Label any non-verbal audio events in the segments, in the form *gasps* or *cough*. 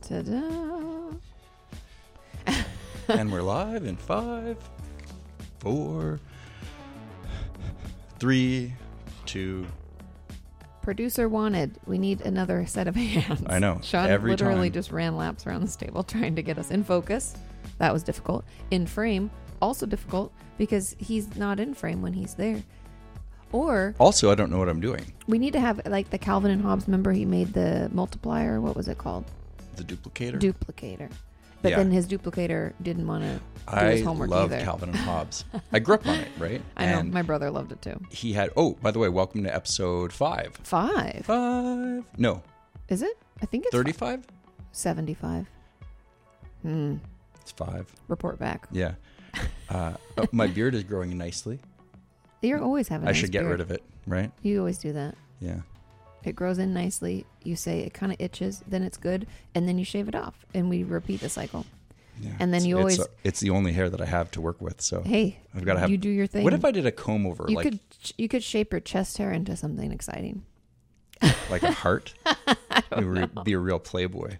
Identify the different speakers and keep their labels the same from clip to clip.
Speaker 1: Ta-da.
Speaker 2: and we're live in five, four, three, two.
Speaker 1: Producer wanted. We need another set of *laughs* hands.
Speaker 2: I know.
Speaker 1: Sean
Speaker 2: Every
Speaker 1: literally
Speaker 2: time.
Speaker 1: just ran laps around this table *laughs* trying to get us in focus. That was difficult. In frame, also difficult because he's not in frame when he's there. Or
Speaker 2: Also, I don't know what I'm doing.
Speaker 1: we need to have like the Calvin and Hobbes member. He made the multiplier. What was it called?
Speaker 2: The duplicator.
Speaker 1: Duplicator. But
Speaker 2: Yeah.
Speaker 1: then his duplicator didn't want to do
Speaker 2: I
Speaker 1: his homework
Speaker 2: love
Speaker 1: either. *laughs*
Speaker 2: Calvin and Hobbes. I grew up on it, right?
Speaker 1: I know.
Speaker 2: and
Speaker 1: My brother loved it too.
Speaker 2: he had. Oh, by the way, welcome to episode five.
Speaker 1: Five.
Speaker 2: Five? No,
Speaker 1: Is it? I think it's
Speaker 2: thirty-five.
Speaker 1: 75. Hmm.
Speaker 2: It's five.
Speaker 1: Report back.
Speaker 2: Yeah. Uh, uh, my beard is
Speaker 1: *laughs*
Speaker 2: growing nicely.
Speaker 1: You're always having.
Speaker 2: I should get rid of it, right?
Speaker 1: it. You always do that.
Speaker 2: Yeah.
Speaker 1: It grows in nicely. You say it kind of itches, then it's good, and then you shave it off, and we repeat the cycle.
Speaker 2: Yeah.
Speaker 1: And then
Speaker 2: It's-
Speaker 1: you
Speaker 2: it's,
Speaker 1: always-
Speaker 2: uh, it's the only hair that I have to work with, so
Speaker 1: Hey,
Speaker 2: I've got to have
Speaker 1: you do your thing.
Speaker 2: What if I did a comb over,
Speaker 1: You
Speaker 2: like
Speaker 1: could you could shape your chest hair into something exciting.
Speaker 2: like
Speaker 1: *laughs*
Speaker 2: a heart? It would be a real playboy.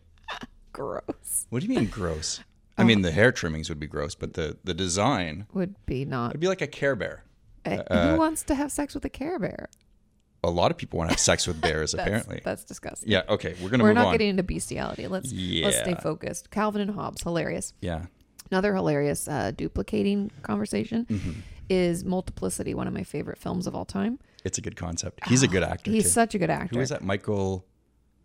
Speaker 1: Gross.
Speaker 2: What do you mean gross? I mean, the hair trimmings would be gross, but the the design
Speaker 1: Would be not.
Speaker 2: would be like a Care Bear.
Speaker 1: eh,
Speaker 2: uh,
Speaker 1: who wants to have sex with a Care Bear?
Speaker 2: A lot of people want to have sex with bears,
Speaker 1: *laughs* That's,
Speaker 2: apparently.
Speaker 1: that's disgusting.
Speaker 2: Yeah. Okay, we're gonna
Speaker 1: We're
Speaker 2: move
Speaker 1: not
Speaker 2: on.
Speaker 1: getting into bestiality. Let's let's stay
Speaker 2: Yeah.
Speaker 1: focused. Calvin and Hobbes, hilarious.
Speaker 2: yeah.
Speaker 1: Another hilarious uh, duplicating conversation
Speaker 2: Mm-hmm.
Speaker 1: is Multiplicity, one of my favorite films of all time.
Speaker 2: It's a good concept. He's
Speaker 1: *gasps*
Speaker 2: a good actor.
Speaker 1: He's
Speaker 2: too.
Speaker 1: such a good actor.
Speaker 2: Who is that? Michael.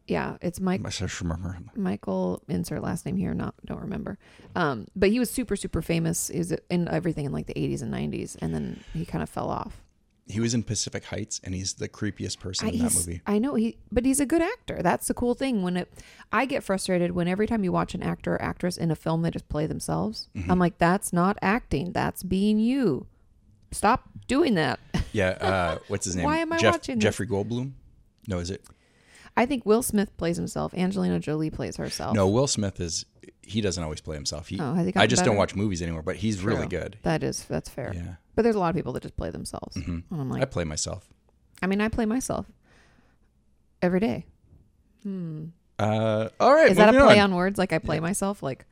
Speaker 1: Yeah, it's Mike
Speaker 2: I just remember him.
Speaker 1: Michael insert last name here. Not don't remember. Um, but he was super super famous. Is in everything in like the 80s and 90s, and then he kind of fell off.
Speaker 2: He was in Pacific Heights, and he's the creepiest person
Speaker 1: I,
Speaker 2: in that
Speaker 1: he's-
Speaker 2: movie.
Speaker 1: I know he, but he's a good actor. That's the cool thing. When it, I get frustrated when every time you watch an actor or actress in a film, they just play themselves.
Speaker 2: Mm-hmm.
Speaker 1: I'm like, that's not acting. That's being you. Stop doing that. *laughs*
Speaker 2: Yeah. Uh, what's his name?
Speaker 1: Why am I watching this?
Speaker 2: Jeffrey Goldblum? No, is it?
Speaker 1: I think Will Smith plays himself. Angelina Jolie plays herself.
Speaker 2: No, Will Smith is. He doesn't always play himself. He,
Speaker 1: Oh, has he
Speaker 2: I
Speaker 1: gotten
Speaker 2: just don't
Speaker 1: better?
Speaker 2: watch movies anymore, but he's really
Speaker 1: True.
Speaker 2: good.
Speaker 1: That is that's fair.
Speaker 2: Yeah.
Speaker 1: But there's a lot of people that just play themselves.
Speaker 2: Mm-hmm.
Speaker 1: And I'm like,
Speaker 2: I play myself.
Speaker 1: I mean, I play myself every day.
Speaker 2: Uh, all right.
Speaker 1: Is that a
Speaker 2: moving
Speaker 1: play on, words? Like I play myself? Like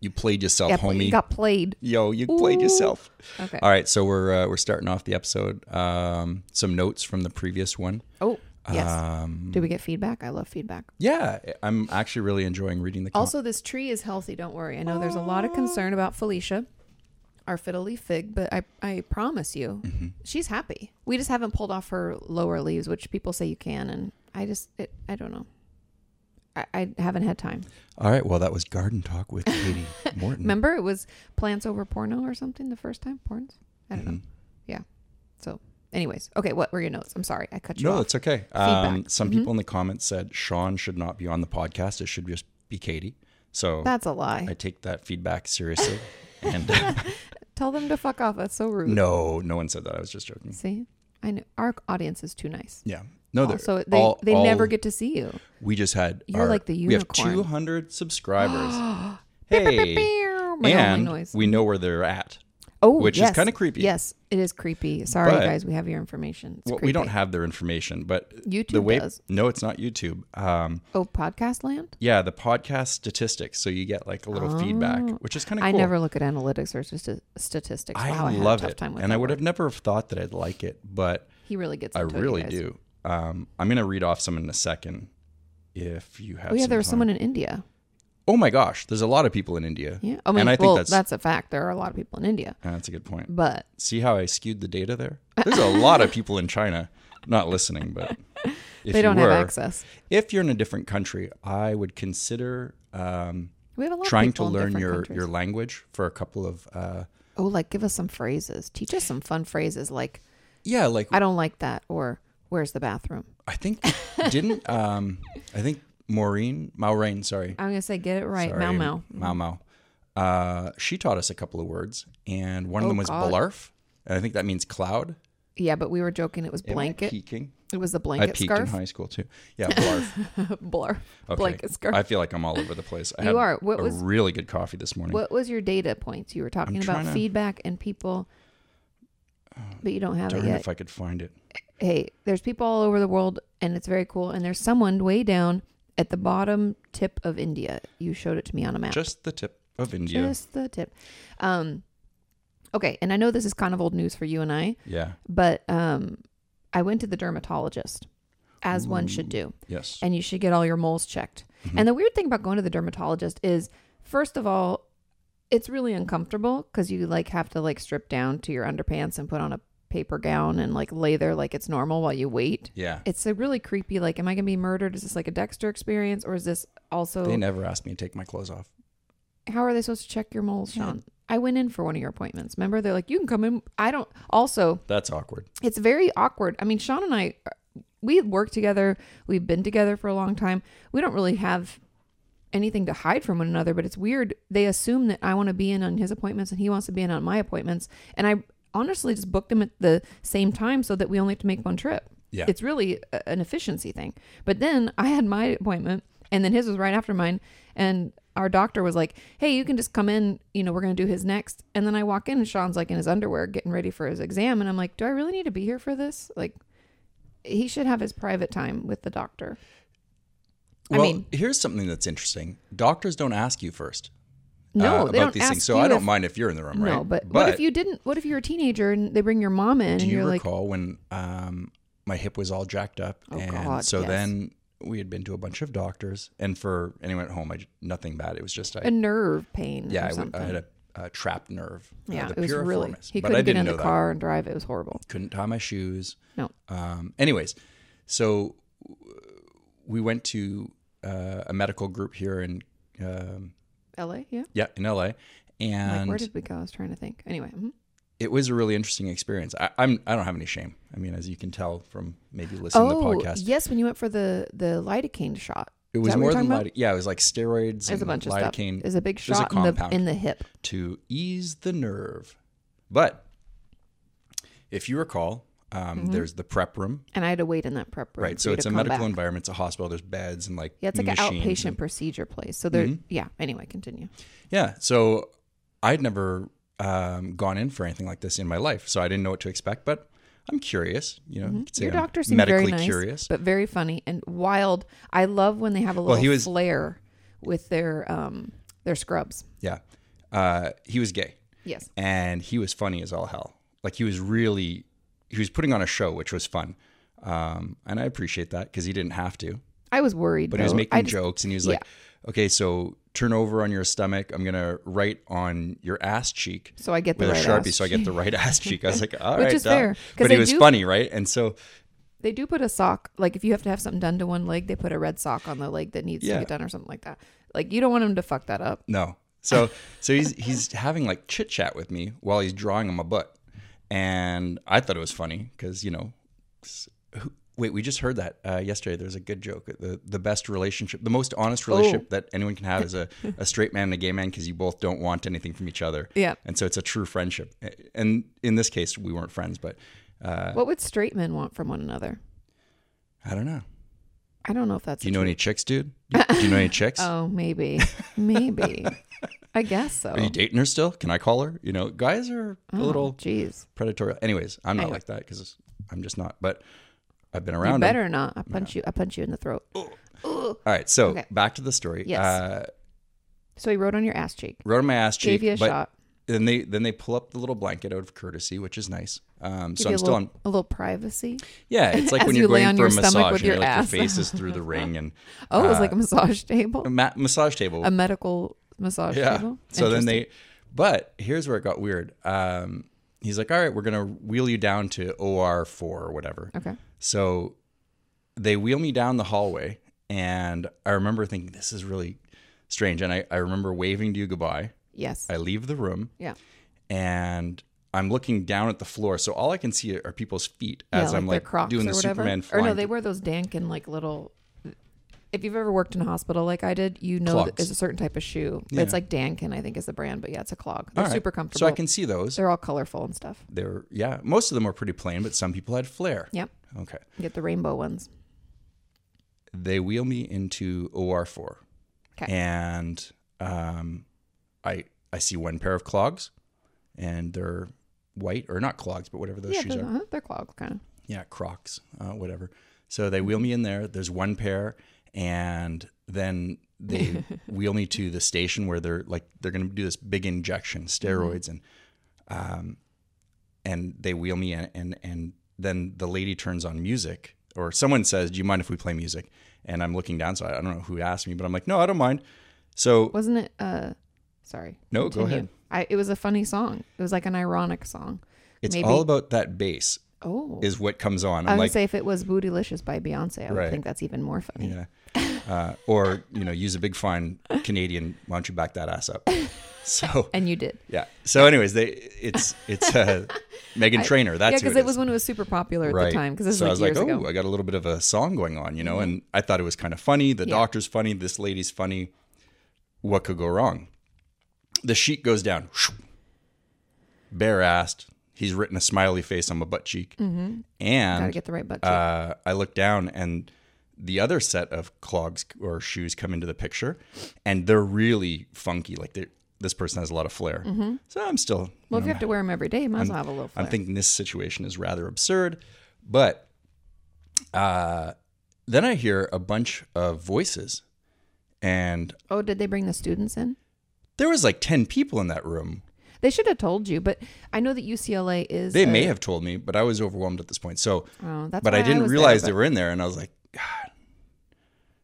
Speaker 2: You played yourself,
Speaker 1: yeah,
Speaker 2: homie.
Speaker 1: you got played.
Speaker 2: Yo, you played
Speaker 1: Ooh.
Speaker 2: yourself.
Speaker 1: Okay.
Speaker 2: All right, so we're uh, we're starting off the episode. Um, some notes from the previous one.
Speaker 1: Oh, yes.
Speaker 2: Um,
Speaker 1: Do we get feedback? I love feedback.
Speaker 2: yeah, I'm actually really enjoying reading the. com-
Speaker 1: Also, this tree is healthy. Don't worry. I know there's a lot of
Speaker 2: Ah.
Speaker 1: concern about Felicia, our fiddle leaf fig, but I, I promise you,
Speaker 2: Mm-hmm.
Speaker 1: she's happy. We just haven't pulled off her lower leaves, which people say you can. And I just, it, I don't know. I, I haven't had time.
Speaker 2: all right, well that was garden talk
Speaker 1: *laughs*
Speaker 2: with Katie Morton.
Speaker 1: Remember, it was plants over porno or something the first time? Porns? I don't know.
Speaker 2: Mm-hmm.
Speaker 1: Yeah. So, anyways, okay, what were your notes? I'm sorry. I cut you
Speaker 2: No,
Speaker 1: off.
Speaker 2: it's okay. Um,
Speaker 1: Feedback. Mm-hmm.
Speaker 2: some people in the comments said Sean should not be on the podcast. It should just be Katie. So
Speaker 1: That's a lie.
Speaker 2: I take that
Speaker 1: *laughs*
Speaker 2: feedback seriously. and *laughs*
Speaker 1: Tell them to fuck off. That's so rude.
Speaker 2: no, no one said that. I was just joking.
Speaker 1: See? I know. Our audience is too nice.
Speaker 2: Yeah. No, they're-
Speaker 1: so they,
Speaker 2: all-
Speaker 1: they never
Speaker 2: all-
Speaker 1: get to see you.
Speaker 2: We just had.
Speaker 1: You're
Speaker 2: our-
Speaker 1: like the
Speaker 2: We have
Speaker 1: unicorn. *gasps*
Speaker 2: 200 subscribers. *gasps* hey.
Speaker 1: My only
Speaker 2: And
Speaker 1: noise.
Speaker 2: we know where they're at.
Speaker 1: oh,
Speaker 2: which is
Speaker 1: yes.
Speaker 2: kinda creepy.
Speaker 1: Yes, it is creepy. Sorry,
Speaker 2: But-
Speaker 1: guys. We have your information. It's
Speaker 2: Well,
Speaker 1: creepy.
Speaker 2: we don't have their information, but the
Speaker 1: YouTube
Speaker 2: way.
Speaker 1: does.
Speaker 2: No, it's not YouTube. Um,
Speaker 1: Oh, podcast land?
Speaker 2: yeah, the podcast statistics. So you get like a little feedback, which is kind of
Speaker 1: Oh. I
Speaker 2: cool.
Speaker 1: never look at analytics or st- statistics.
Speaker 2: I
Speaker 1: wow, I had a
Speaker 2: love
Speaker 1: tough
Speaker 2: it,
Speaker 1: time with
Speaker 2: and I
Speaker 1: that
Speaker 2: would
Speaker 1: word.
Speaker 2: have never have thought that I'd like it, but
Speaker 1: He really gets
Speaker 2: I
Speaker 1: into it, you
Speaker 2: really
Speaker 1: guys.
Speaker 2: do. Um, I'm gonna read off some in a second, if you have.
Speaker 1: Oh, yeah,
Speaker 2: some
Speaker 1: there was
Speaker 2: time.
Speaker 1: someone in India.
Speaker 2: Oh my gosh, there's a lot of people in India.
Speaker 1: Yeah. Oh, I mean,
Speaker 2: and I
Speaker 1: well,
Speaker 2: think that's,
Speaker 1: that's... a fact. There are a lot of people in India.
Speaker 2: uh, that's a good point.
Speaker 1: But
Speaker 2: See how I skewed the data there? There's a lot of people in China not listening,
Speaker 1: *laughs*
Speaker 2: but if
Speaker 1: they
Speaker 2: you
Speaker 1: don't
Speaker 2: were,
Speaker 1: have access.
Speaker 2: If you're in a different country, I would consider um,
Speaker 1: We have a lot
Speaker 2: trying
Speaker 1: of
Speaker 2: to
Speaker 1: people in
Speaker 2: learn
Speaker 1: different
Speaker 2: your
Speaker 1: countries.
Speaker 2: your language for a couple of uh,
Speaker 1: Oh, like give us some phrases. Teach us some fun phrases like
Speaker 2: yeah, like
Speaker 1: I don't like that or where's the bathroom?
Speaker 2: I think
Speaker 1: *laughs*
Speaker 2: didn't um I think Maureen Maureen sorry
Speaker 1: I'm gonna say get it Uh, right.
Speaker 2: sorry,
Speaker 1: Mau Mau.
Speaker 2: Mau Mau. Uh, she taught us a couple of words, and one of
Speaker 1: Oh,
Speaker 2: them was
Speaker 1: God.
Speaker 2: blarf, and I think that means cloud.
Speaker 1: Yeah, but we were joking it was
Speaker 2: Am I
Speaker 1: blanket.
Speaker 2: peeking?
Speaker 1: It was the
Speaker 2: I
Speaker 1: blanket
Speaker 2: peaked in
Speaker 1: scarf.
Speaker 2: high school too. Yeah,
Speaker 1: *laughs*
Speaker 2: blarf.
Speaker 1: Blur.
Speaker 2: Okay.
Speaker 1: Blanket scarf.
Speaker 2: I feel like I'm all over the place. I
Speaker 1: You
Speaker 2: had
Speaker 1: are. What
Speaker 2: a
Speaker 1: was-
Speaker 2: really good coffee this morning.
Speaker 1: What was your data points? You were talking about
Speaker 2: trying to-
Speaker 1: feedback and people but you don't have
Speaker 2: Uh, Darn
Speaker 1: it yet.
Speaker 2: if I could find it.
Speaker 1: hey, there's people all over the world and it's very cool. And there's someone way down at the bottom tip of India. You showed it to me on a map.
Speaker 2: Just the tip of India.
Speaker 1: Just the tip. Um, okay, and I know this is kind of old news for you and I,
Speaker 2: yeah.
Speaker 1: but um, I went to the dermatologist, as one should do,
Speaker 2: Yes.
Speaker 1: and you should get all your moles checked.
Speaker 2: Mm-hmm.
Speaker 1: And the weird thing about going to the dermatologist is, first of all, it's really uncomfortable because you like have to like strip down to your underpants and put on a paper gown and like lay there like it's normal while you wait.
Speaker 2: yeah.
Speaker 1: It's a really creepy. Like, am I gonna be murdered? Is this like a Dexter experience, or is this also?
Speaker 2: They never asked me to take my clothes off.
Speaker 1: how are they supposed to check your moles,
Speaker 2: Yeah.
Speaker 1: Sean? I went in for one of your appointments. Remember, they're like, you can come in. I don't. Also,
Speaker 2: That's awkward.
Speaker 1: it's very awkward. I mean, Sean and I, uh, we work together. We've been together for a long time. We don't really have anything to hide from one another, but it's weird. They assume that I want to be in on his appointments and he wants to be in on my appointments. And I honestly just booked him at the same time so that we only have to make one trip.
Speaker 2: Yeah.
Speaker 1: It's really a- an efficiency thing. But then I had my appointment and then his was right after mine. And our doctor was like, hey, you can just come in. You know, we're going to do his next. And then I walk in and Sean's like in his underwear getting ready for his exam. And I'm like, do I really need to be here for this? Like, he should have his private time with the doctor. I
Speaker 2: Well,
Speaker 1: mean-
Speaker 2: here's something that's interesting. Doctors don't ask you first.
Speaker 1: No,
Speaker 2: uh,
Speaker 1: they
Speaker 2: about
Speaker 1: don't
Speaker 2: these
Speaker 1: ask
Speaker 2: things. So
Speaker 1: you
Speaker 2: I don't
Speaker 1: if-
Speaker 2: mind if you're in the room, right?
Speaker 1: No, but, what if you didn't? What if you're a teenager and they bring your mom in
Speaker 2: Do
Speaker 1: and
Speaker 2: you
Speaker 1: you're like, Oh,
Speaker 2: recall when um, my hip was all jacked up? and
Speaker 1: God,
Speaker 2: so
Speaker 1: yes.
Speaker 2: then we had been to a bunch of doctors, and for anyone at home, I, j- nothing bad. It was just I,
Speaker 1: a nerve pain?
Speaker 2: yeah,
Speaker 1: or
Speaker 2: I, w-
Speaker 1: something.
Speaker 2: I had a, a trapped nerve. uh,
Speaker 1: yeah,
Speaker 2: the
Speaker 1: it was really.
Speaker 2: piriformis,
Speaker 1: He
Speaker 2: but I
Speaker 1: couldn't get
Speaker 2: didn't
Speaker 1: in the
Speaker 2: know that.
Speaker 1: car and drive. It was horrible.
Speaker 2: Couldn't tie my shoes.
Speaker 1: No,
Speaker 2: Um, anyways, so w- we went to uh, a medical group here in um,
Speaker 1: L.A. Yeah,
Speaker 2: yeah in LA, and
Speaker 1: like where did we go? I was trying to think. Anyway, mhm.
Speaker 2: it was a really interesting experience. I, I'm I don't have any shame. I mean, as you can tell from maybe listening
Speaker 1: oh
Speaker 2: to the podcast,
Speaker 1: yes, when you went for the the lidocaine shot,
Speaker 2: it
Speaker 1: Is
Speaker 2: was
Speaker 1: that what
Speaker 2: more
Speaker 1: you're
Speaker 2: than
Speaker 1: talking about?
Speaker 2: lidocaine. Yeah, it was like steroids
Speaker 1: There's
Speaker 2: and
Speaker 1: a bunch of stuff.
Speaker 2: lidocaine
Speaker 1: There's a big
Speaker 2: There's a
Speaker 1: shot in the
Speaker 2: compound.
Speaker 1: in the hip.
Speaker 2: to ease the nerve. But if you recall, um,
Speaker 1: Mm-hmm.
Speaker 2: there's the prep room,
Speaker 1: And I had to wait in that prep room.
Speaker 2: right?
Speaker 1: for
Speaker 2: So
Speaker 1: you
Speaker 2: it's
Speaker 1: to
Speaker 2: a
Speaker 1: come
Speaker 2: medical
Speaker 1: back.
Speaker 2: environment. It's a hospital. There's beds and like
Speaker 1: Yeah, it's like an
Speaker 2: machines
Speaker 1: outpatient
Speaker 2: and-
Speaker 1: procedure place. So
Speaker 2: Mm-hmm.
Speaker 1: there, yeah. Anyway, continue.
Speaker 2: Yeah. So I'd never um, gone in for anything like this in my life, so I didn't know what to expect. But I'm curious. You know, you could say
Speaker 1: Mm-hmm. Your
Speaker 2: I'm
Speaker 1: doctor seemed
Speaker 2: medically
Speaker 1: very nice,
Speaker 2: curious.
Speaker 1: but very funny and wild. I love when they have a little
Speaker 2: he was-
Speaker 1: flair with their um their scrubs.
Speaker 2: yeah. Uh, he was gay.
Speaker 1: Yes,
Speaker 2: and he was funny as all hell. Like he was really, he was putting on a show, which was fun, um, and I appreciate that because he didn't have to,
Speaker 1: I was worried,
Speaker 2: but he was
Speaker 1: though.
Speaker 2: making
Speaker 1: I just-
Speaker 2: jokes and he was like, "Okay, so turn over on your stomach. I'm gonna write on your ass cheek
Speaker 1: So I get the
Speaker 2: with
Speaker 1: right
Speaker 2: a sharpie,
Speaker 1: ass
Speaker 2: so I get the right ass cheek." I was
Speaker 1: *laughs*
Speaker 2: like, "All right,
Speaker 1: Which is
Speaker 2: duh."
Speaker 1: fair, 'cause
Speaker 2: but
Speaker 1: they
Speaker 2: he was
Speaker 1: do-
Speaker 2: funny, right? And so
Speaker 1: They do put a sock. Like if you have to have something done to one leg, they put a red sock on the leg that needs
Speaker 2: Yeah.
Speaker 1: to get done or something like that. Like you don't want them to fuck that up.
Speaker 2: No. So so he's he's having like chit chat with me while he's drawing on my butt, and I thought it was funny because you know, s- who, wait, we just heard that uh, yesterday. There's a good joke. The the best relationship, the most honest
Speaker 1: Oh.
Speaker 2: relationship that anyone can have
Speaker 1: *laughs*
Speaker 2: is a, a straight man and a gay man because you both don't want anything from each other.
Speaker 1: Yeah.
Speaker 2: And so it's a true friendship. And in this case, we weren't friends, but uh,
Speaker 1: what would straight men want from one another?
Speaker 2: I don't know.
Speaker 1: I don't know if that's
Speaker 2: Do you know any chicks, dude? Do you, do you
Speaker 1: *laughs*
Speaker 2: know any chicks?
Speaker 1: Oh,
Speaker 2: *laughs*
Speaker 1: maybe, maybe. I guess so.
Speaker 2: Are you dating her still? Can I call her? You know, guys are
Speaker 1: Oh.
Speaker 2: a little
Speaker 1: jeez.
Speaker 2: predatory. Anyways, I'm not
Speaker 1: Anyway.
Speaker 2: like that because I'm just not. But I've been
Speaker 1: You
Speaker 2: around. 'em.
Speaker 1: better not. I punch you. I punch you in the throat.
Speaker 2: All right, so
Speaker 1: Okay.
Speaker 2: back to the story.
Speaker 1: Yes.
Speaker 2: Uh,
Speaker 1: So he wrote on your ass cheek.
Speaker 2: wrote on my ass cheek,
Speaker 1: Gave you a
Speaker 2: but
Speaker 1: shot.
Speaker 2: then they then they pull up the little blanket out of courtesy, which is nice. Um,
Speaker 1: Give
Speaker 2: so
Speaker 1: you
Speaker 2: I'm
Speaker 1: a
Speaker 2: still
Speaker 1: little,
Speaker 2: on.
Speaker 1: a little privacy.
Speaker 2: Yeah, it's like
Speaker 1: *laughs*
Speaker 2: when
Speaker 1: as
Speaker 2: you're
Speaker 1: you lay
Speaker 2: going
Speaker 1: on your
Speaker 2: for a
Speaker 1: stomach
Speaker 2: massage
Speaker 1: with
Speaker 2: and you're
Speaker 1: your
Speaker 2: like
Speaker 1: ass.
Speaker 2: your face is
Speaker 1: *laughs*
Speaker 2: through the ring and
Speaker 1: Oh, it was
Speaker 2: uh,
Speaker 1: like a massage
Speaker 2: a
Speaker 1: table,
Speaker 2: ma- massage table.
Speaker 1: a medical massage Um, table.
Speaker 2: So then
Speaker 1: Interesting.
Speaker 2: they, but here's where it got weird. Um, he's like, all right, we're gonna wheel you down to OR four or whatever.
Speaker 1: okay.
Speaker 2: So they wheel me down the hallway, and I remember thinking, this is really strange. And I, I remember waving to you goodbye.
Speaker 1: Yes.
Speaker 2: I leave the room,
Speaker 1: yeah.
Speaker 2: and I'm looking down at the floor. So all I can see are people's feet as
Speaker 1: yeah,
Speaker 2: I'm
Speaker 1: their
Speaker 2: like doing the Superman
Speaker 1: or
Speaker 2: flying.
Speaker 1: no, they wear those Dankin like little. If you've ever worked in a hospital like I did, you know that
Speaker 2: Clogs.
Speaker 1: there's a certain type of shoe. It's like Dankin, I think, is the brand, but yeah, it's a clog. They're
Speaker 2: All right.
Speaker 1: super comfortable.
Speaker 2: So I can see those.
Speaker 1: They're all colorful and stuff.
Speaker 2: They're yeah. Most of them were pretty plain, but some people had flair.
Speaker 1: Yep.
Speaker 2: Okay.
Speaker 1: Get the rainbow ones.
Speaker 2: They wheel me into OR four,
Speaker 1: Okay.
Speaker 2: and um, I I see one pair of clogs, and they're white or not clogs, but whatever those
Speaker 1: yeah,
Speaker 2: shoes
Speaker 1: they're,
Speaker 2: are.
Speaker 1: uh, they're clog kind of.
Speaker 2: yeah, Crocs, uh, whatever. So they wheel me in there. There's one pair, and then
Speaker 1: *laughs*
Speaker 2: they wheel me to the station where they're like they're going to do this big
Speaker 1: Mm-hmm.
Speaker 2: injection steroids and um, and they wheel me in and and then the lady turns on music or someone says do you mind if we play music and i'm looking down so i, I don't know who asked me but i'm like no i don't mind so
Speaker 1: Wasn't it? Uh, sorry.
Speaker 2: No, go ahead.
Speaker 1: I, it was a funny song. It was like an ironic song.
Speaker 2: it's
Speaker 1: maybe-
Speaker 2: all about that bass
Speaker 1: Oh,
Speaker 2: is what comes on
Speaker 1: I
Speaker 2: i'm
Speaker 1: would
Speaker 2: like
Speaker 1: say if it was "Bootylicious" by Beyonce, I would
Speaker 2: Right.
Speaker 1: think that's even more funny.
Speaker 2: yeah uh, or you know use a big fine canadian why don't you back that ass up *laughs* so
Speaker 1: And you did.
Speaker 2: yeah so anyways they it's it's uh, megan trainer that's
Speaker 1: yeah,
Speaker 2: who
Speaker 1: because
Speaker 2: it
Speaker 1: it,
Speaker 2: is.
Speaker 1: was when it was super popular at the time. Because this
Speaker 2: so I
Speaker 1: was
Speaker 2: was
Speaker 1: like years
Speaker 2: like, oh,
Speaker 1: ago. Mm-hmm.
Speaker 2: I got a little bit of a song going on, you know, and I thought it was kind of funny. The
Speaker 1: Yeah.
Speaker 2: doctor's funny. This lady's funny. What could go wrong? The sheet goes down, bare assed. He's written a smiley face on my butt cheek,
Speaker 1: Mm-hmm. Gotta
Speaker 2: and
Speaker 1: get the right butt. cheek.
Speaker 2: uh, I look down and the other set of clogs or shoes come into the picture, and they're really funky. Like they this person has a lot of flair. So I'm still
Speaker 1: Mm-hmm. well, if you have to wear them every day, might as well have a little. Flare.
Speaker 2: I'm thinking this situation is rather absurd, but uh, then I hear a bunch of voices, and
Speaker 1: oh, did they bring the students in?
Speaker 2: there was like ten people in that room.
Speaker 1: They should have told you, but I know that UCLA is.
Speaker 2: They
Speaker 1: a-
Speaker 2: may have told me, but I was overwhelmed at this point. So,
Speaker 1: Oh, that's
Speaker 2: but
Speaker 1: why
Speaker 2: I didn't
Speaker 1: was there,
Speaker 2: realize
Speaker 1: but
Speaker 2: they were in there, and I was like,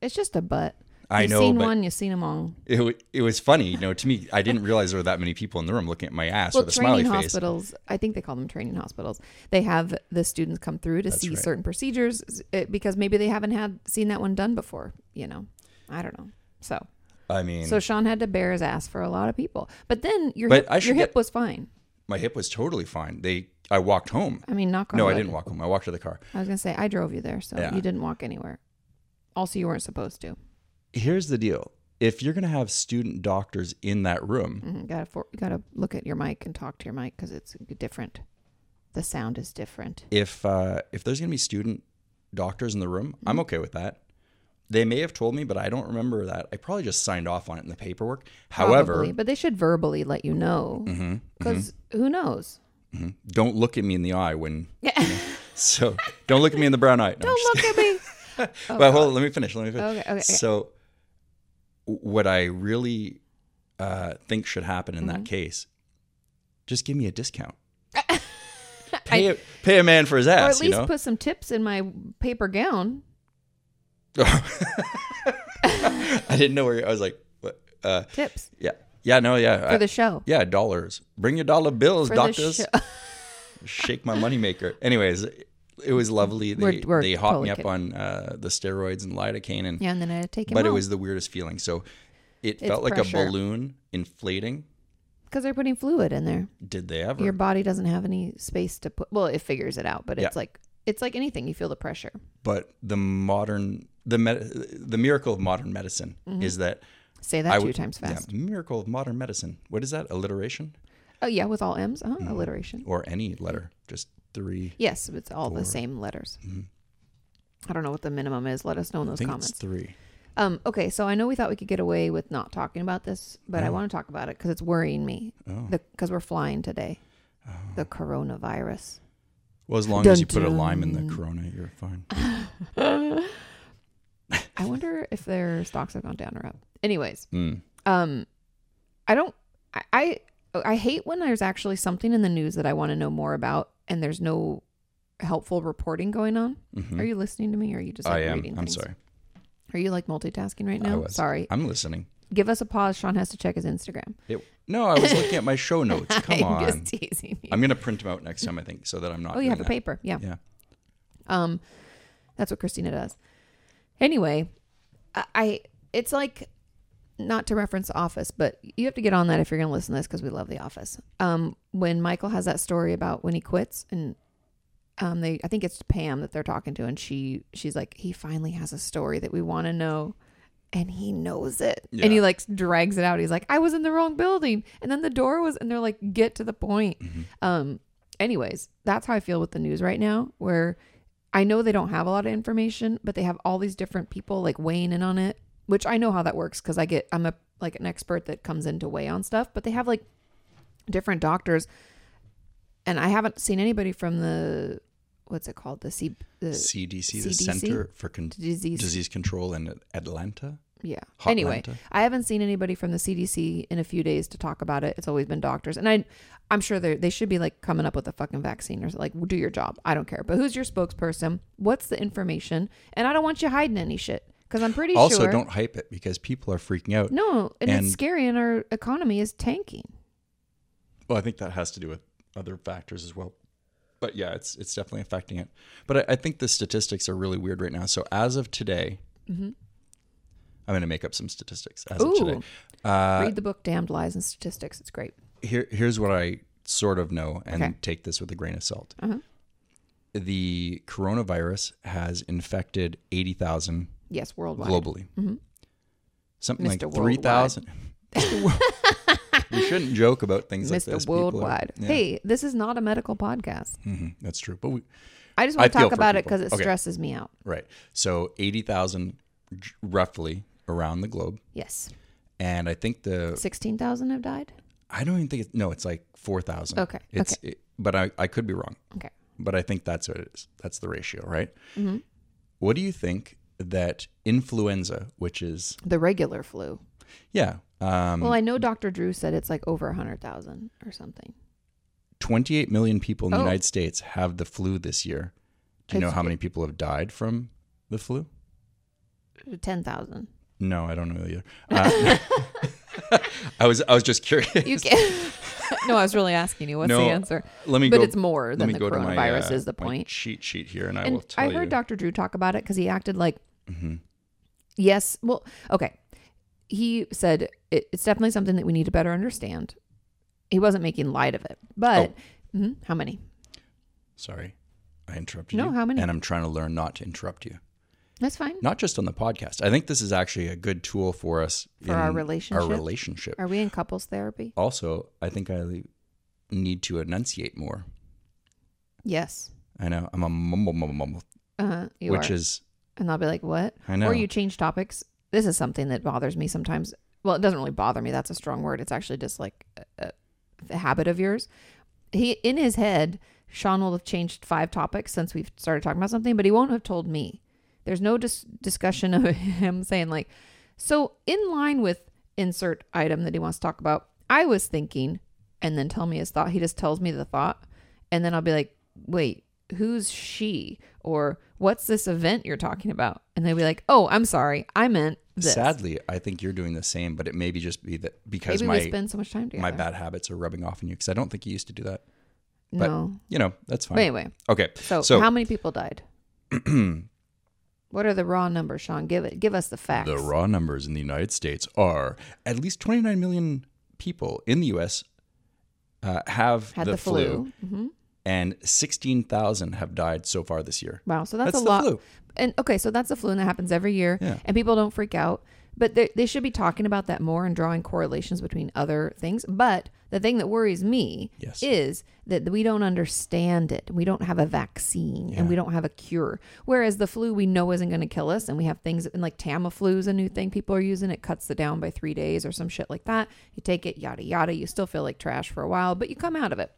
Speaker 1: It's just a butt.
Speaker 2: I
Speaker 1: You've
Speaker 2: know,
Speaker 1: Seen
Speaker 2: but-
Speaker 1: one, you've seen them all.
Speaker 2: it, w- it was funny, you know, to me. I didn't realize there were that many people in the room looking at my ass
Speaker 1: Well,
Speaker 2: with a smiley
Speaker 1: training
Speaker 2: face.
Speaker 1: hospitals. I think they call them training hospitals. They have the students come through to see
Speaker 2: right.
Speaker 1: certain procedures uh, because maybe they haven't had seen that one done before. You know, I don't know. So,
Speaker 2: I mean,
Speaker 1: so Sean had to bear his ass for a lot of people. But then your
Speaker 2: But
Speaker 1: hip,
Speaker 2: I should
Speaker 1: your hip
Speaker 2: get-
Speaker 1: was fine.
Speaker 2: my hip was totally fine. They, I walked home.
Speaker 1: I mean, knock on
Speaker 2: No, I
Speaker 1: wood.
Speaker 2: didn't walk home. I walked to the car.
Speaker 1: I was gonna say I drove you there, so
Speaker 2: Yeah.
Speaker 1: you didn't walk anywhere. Also, you weren't supposed to.
Speaker 2: Here's the deal: if you're gonna have student doctors in that room.
Speaker 1: Mm, gotta for, gotta look at your mic and talk to your mic because it's different. The sound is different.
Speaker 2: if uh, if there's gonna be student doctors in the room,
Speaker 1: Mm-hmm.
Speaker 2: I'm okay with that. They may have told me, but I don't remember that. I probably just signed off on it in the paperwork.
Speaker 1: Probably,
Speaker 2: However, Mm-hmm.
Speaker 1: but they should verbally let you know because who knows?
Speaker 2: don't look at me in the eye when. *laughs*
Speaker 1: *laughs*
Speaker 2: So don't look at me in the brown eye. No, I'm
Speaker 1: Don't look at
Speaker 2: *laughs*
Speaker 1: me.
Speaker 2: just- but hold on, let me finish. Let me finish.
Speaker 1: Oh, Okay, okay, okay.
Speaker 2: So, w- what I really uh, think should happen in
Speaker 1: Mm-hmm.
Speaker 2: that case, just give me a
Speaker 1: *laughs*
Speaker 2: discount. pay, a, pay a man for his
Speaker 1: Or
Speaker 2: ass,
Speaker 1: at least
Speaker 2: you know?
Speaker 1: put some tips in my paper gown.
Speaker 2: *laughs* I didn't know where you- I was like, what? Uh,
Speaker 1: Tips
Speaker 2: yeah. Yeah, no, yeah.
Speaker 1: for
Speaker 2: I-
Speaker 1: the show.
Speaker 2: Yeah, dollars. Bring your dollar bills,
Speaker 1: For
Speaker 2: doctors.
Speaker 1: the
Speaker 2: *laughs*
Speaker 1: show.
Speaker 2: Shake my moneymaker. Anyways, it was lovely. They,
Speaker 1: We're- we're
Speaker 2: they hopped
Speaker 1: totally
Speaker 2: me up
Speaker 1: kidding.
Speaker 2: on uh, the steroids and lidocaine, and
Speaker 1: yeah, and then I had to take him
Speaker 2: but it was the weirdest feeling. So it felt like
Speaker 1: pressure.
Speaker 2: a balloon inflating.
Speaker 1: because they're putting fluid in there.
Speaker 2: Did they ever?
Speaker 1: Your body doesn't have any space to put. Well, it figures it out, but it's
Speaker 2: Yeah.
Speaker 1: like it's like anything. You feel the pressure.
Speaker 2: but the modern the med- the miracle of modern medicine is that
Speaker 1: Say
Speaker 2: I
Speaker 1: Mm-hmm. that two
Speaker 2: would-
Speaker 1: times
Speaker 2: yeah,
Speaker 1: fast.
Speaker 2: miracle of modern medicine. What is that? Alliteration
Speaker 1: Oh yeah, with all M's,
Speaker 2: Mm-hmm.
Speaker 1: uh-huh, alliteration.
Speaker 2: or any letter? Just three.
Speaker 1: Yes, it's all the same letters. I don't know what the minimum is. Let us know in
Speaker 2: Mm-hmm. I
Speaker 1: those
Speaker 2: think
Speaker 1: comments.
Speaker 2: it's three.
Speaker 1: Um, okay, so I know we thought we could get away with not talking about this, but
Speaker 2: Mm.
Speaker 1: I want to talk about it because it's worrying me.
Speaker 2: Oh.
Speaker 1: Because we're flying today, the coronavirus.
Speaker 2: *laughs* Well, as long as you put a lime in the corona, you're fine.
Speaker 1: I wonder if their stocks have gone down or up. Anyways,
Speaker 2: Mm.
Speaker 1: um, I don't. I, I I hate when there's actually something in the news that I want to know more about, and there's no helpful reporting going on. Are you listening to me, or are you just like,
Speaker 2: mm-hmm. Hmm. I am.
Speaker 1: reading
Speaker 2: I'm
Speaker 1: things?
Speaker 2: sorry.
Speaker 1: Are you like multitasking right now?
Speaker 2: was.
Speaker 1: Sorry.
Speaker 2: I'm listening.
Speaker 1: Give us a pause. Sean has to check his Instagram. *laughs*
Speaker 2: It, no, I was looking at my show notes.
Speaker 1: I'm
Speaker 2: Come on.
Speaker 1: just teasing you.
Speaker 2: I'm gonna print them out next time, I think, so that I'm not.
Speaker 1: oh, you
Speaker 2: doing
Speaker 1: have a
Speaker 2: that.
Speaker 1: paper. Yeah.
Speaker 2: Yeah.
Speaker 1: Um, that's what Christina does. Anyway, I, I it's like not to reference The Office, but you have to get on that if you're going to listen to this because we love The Office. Um, when Michael has that story about when he quits and um, they I think it's Pam that they're talking to, and she she's like, he finally has a story that we want to know. And he knows it, and he
Speaker 2: Yeah.
Speaker 1: like drags it out. He's like, "I was in the wrong building," and then the door was, and they're like, "Get to the point." Um, anyways, that's how I feel with the news right now, where I know they don't have a lot of information, but they have all these different people like weighing in on it, which I know how that works because I get I'm a like an expert that comes in to weigh on stuff, but they have like different doctors, and I haven't seen anybody from the what's it called? The C. The,
Speaker 2: CDC, the
Speaker 1: CDC?
Speaker 2: Center for Con-
Speaker 1: Disease.
Speaker 2: Disease Control in Atlanta.
Speaker 1: Yeah.
Speaker 2: Hotlanta.
Speaker 1: Anyway, I haven't seen anybody from the CDC in a few days to talk about it. It's always been doctors, and I, I'm sure they they should be like coming up with a fucking vaccine or like do your job. I don't care, but who's your spokesperson? What's the information? And I don't want you hiding any shit because I'm pretty
Speaker 2: Also,
Speaker 1: sure.
Speaker 2: don't hype it because people are freaking out.
Speaker 1: No, and,
Speaker 2: and-
Speaker 1: it's scary, and our economy is tanking.
Speaker 2: Well, I think that has to do with other factors as well. But yeah, it's it's definitely affecting it. But I, I think the statistics are really weird right now. So as of today,
Speaker 1: Mm-hmm.
Speaker 2: I'm going to make up some statistics as of today. Uh,
Speaker 1: Ooh. Read the book "Damned Lies and Statistics." It's great.
Speaker 2: Here, here's what I sort of know, and
Speaker 1: Okay.
Speaker 2: take this with a grain of salt.
Speaker 1: Uh-huh.
Speaker 2: The coronavirus has infected eighty thousand
Speaker 1: Yes, worldwide.
Speaker 2: globally.
Speaker 1: Mm-hmm.
Speaker 2: Something
Speaker 1: Mr.
Speaker 2: like
Speaker 1: Worldwide.
Speaker 2: three thousand. *laughs* we shouldn't joke about things like
Speaker 1: Mr.
Speaker 2: this. People are-
Speaker 1: Worldwide.
Speaker 2: yeah,
Speaker 1: Hey, this is not a medical podcast.
Speaker 2: mhm, that's true. But we,
Speaker 1: I just
Speaker 2: I
Speaker 1: want to
Speaker 2: feel
Speaker 1: talk
Speaker 2: for
Speaker 1: about it
Speaker 2: people.
Speaker 1: because it
Speaker 2: Okay.
Speaker 1: stresses me out.
Speaker 2: Right. So 80,000 j- roughly around the globe.
Speaker 1: Yes.
Speaker 2: And I think the,
Speaker 1: 16,000 have died.
Speaker 2: I don't even think it's, no, it's like 4,000.
Speaker 1: Okay,
Speaker 2: It's, It, but I, I could be wrong.
Speaker 1: Okay. Mm-hmm.
Speaker 2: But I think that's what it is. That's the ratio, right? What do you think that influenza, which is,
Speaker 1: The regular flu.
Speaker 2: yeah, um,
Speaker 1: Well, I know Dr. Drew said it's like over 100,000 or something.
Speaker 2: 28 million people in the
Speaker 1: Oh.
Speaker 2: United States have the flu this year. Do you know
Speaker 1: It's-
Speaker 2: how many people have died from the flu?
Speaker 1: 10,000.
Speaker 2: No, I don't know
Speaker 1: *laughs*
Speaker 2: either. Uh, *laughs* I was I was just curious.
Speaker 1: You can
Speaker 2: *laughs*
Speaker 1: No, I was really asking you what's
Speaker 2: No,
Speaker 1: the answer.
Speaker 2: Let me
Speaker 1: But
Speaker 2: go.
Speaker 1: it's more than the coronavirus is the
Speaker 2: my
Speaker 1: point.
Speaker 2: cheat sheet here, and I will
Speaker 1: And
Speaker 2: tell
Speaker 1: I heard
Speaker 2: you. Mm-hmm.
Speaker 1: Dr. Drew talk about it cuz he acted like Yes, well, okay. He said it, it's definitely something that we need to better understand. He wasn't making light of it. But
Speaker 2: Oh.
Speaker 1: Mhm. how many?
Speaker 2: Sorry, I interrupted
Speaker 1: No,
Speaker 2: you.
Speaker 1: how many?
Speaker 2: And I'm trying to learn not to interrupt you.
Speaker 1: That's fine.
Speaker 2: Not just on the podcast. I think this is actually a good tool for us
Speaker 1: For our relationship?
Speaker 2: Our relationship.
Speaker 1: Are we in couples therapy?
Speaker 2: Also, I think I need to enunciate more.
Speaker 1: Yes.
Speaker 2: I know I'm a mumble mumble mumble,
Speaker 1: Uh, you
Speaker 2: which
Speaker 1: are.
Speaker 2: is
Speaker 1: and I'll be like, "What?"
Speaker 2: I know.
Speaker 1: Or you change topics. This is something that bothers me sometimes. Well, it doesn't really bother me. That's a strong word. It's actually just like a, a habit of yours. He in his head, Sean will have changed five topics since we've started talking about something, but he won't have told me. There's no dis- discussion of *laughs* him saying like, so in line with insert item that he wants to talk about. I was thinking, and then tell me his thought. He just tells me the thought, and then I'll be like, wait, who's she? Or what's this event you're talking about? And they'll be like, oh, I'm sorry, I meant this.
Speaker 2: sadly I think you're doing the same, but it may be just be that because
Speaker 1: Maybe we
Speaker 2: my
Speaker 1: spend so much time together.
Speaker 2: my bad habits are rubbing off on you because I don't think you used to do that. but-
Speaker 1: No.
Speaker 2: You know that's fine.
Speaker 1: But anyway,
Speaker 2: okay,
Speaker 1: so,
Speaker 2: So-
Speaker 1: how many people
Speaker 2: *clears throat*
Speaker 1: died? what are the raw numbers, Sean? Give it. Give us the facts.
Speaker 2: The raw numbers in the United States are at least 29 million people in the U.S. Uh, have
Speaker 1: Had
Speaker 2: the, flu,
Speaker 1: hmm
Speaker 2: and 16,000 have died so far this year.
Speaker 1: Wow, so that's,
Speaker 2: That's
Speaker 1: a
Speaker 2: the
Speaker 1: lot.
Speaker 2: flu.
Speaker 1: And okay, so that's the flu, and that happens every year,
Speaker 2: Yeah.
Speaker 1: and people don't freak out. But they, they should be talking about that more and drawing correlations between other things. But the thing that worries me
Speaker 2: Yes.
Speaker 1: is that we don't understand it. We don't have a vaccine and we don't have a cure. Whereas the flu we know isn't going to kill us, and we have things and like Tamiflu is a new thing people are using. It cuts the down by three days or some shit like that. You take it, yada yada. You still feel like trash for a while, but you come out of it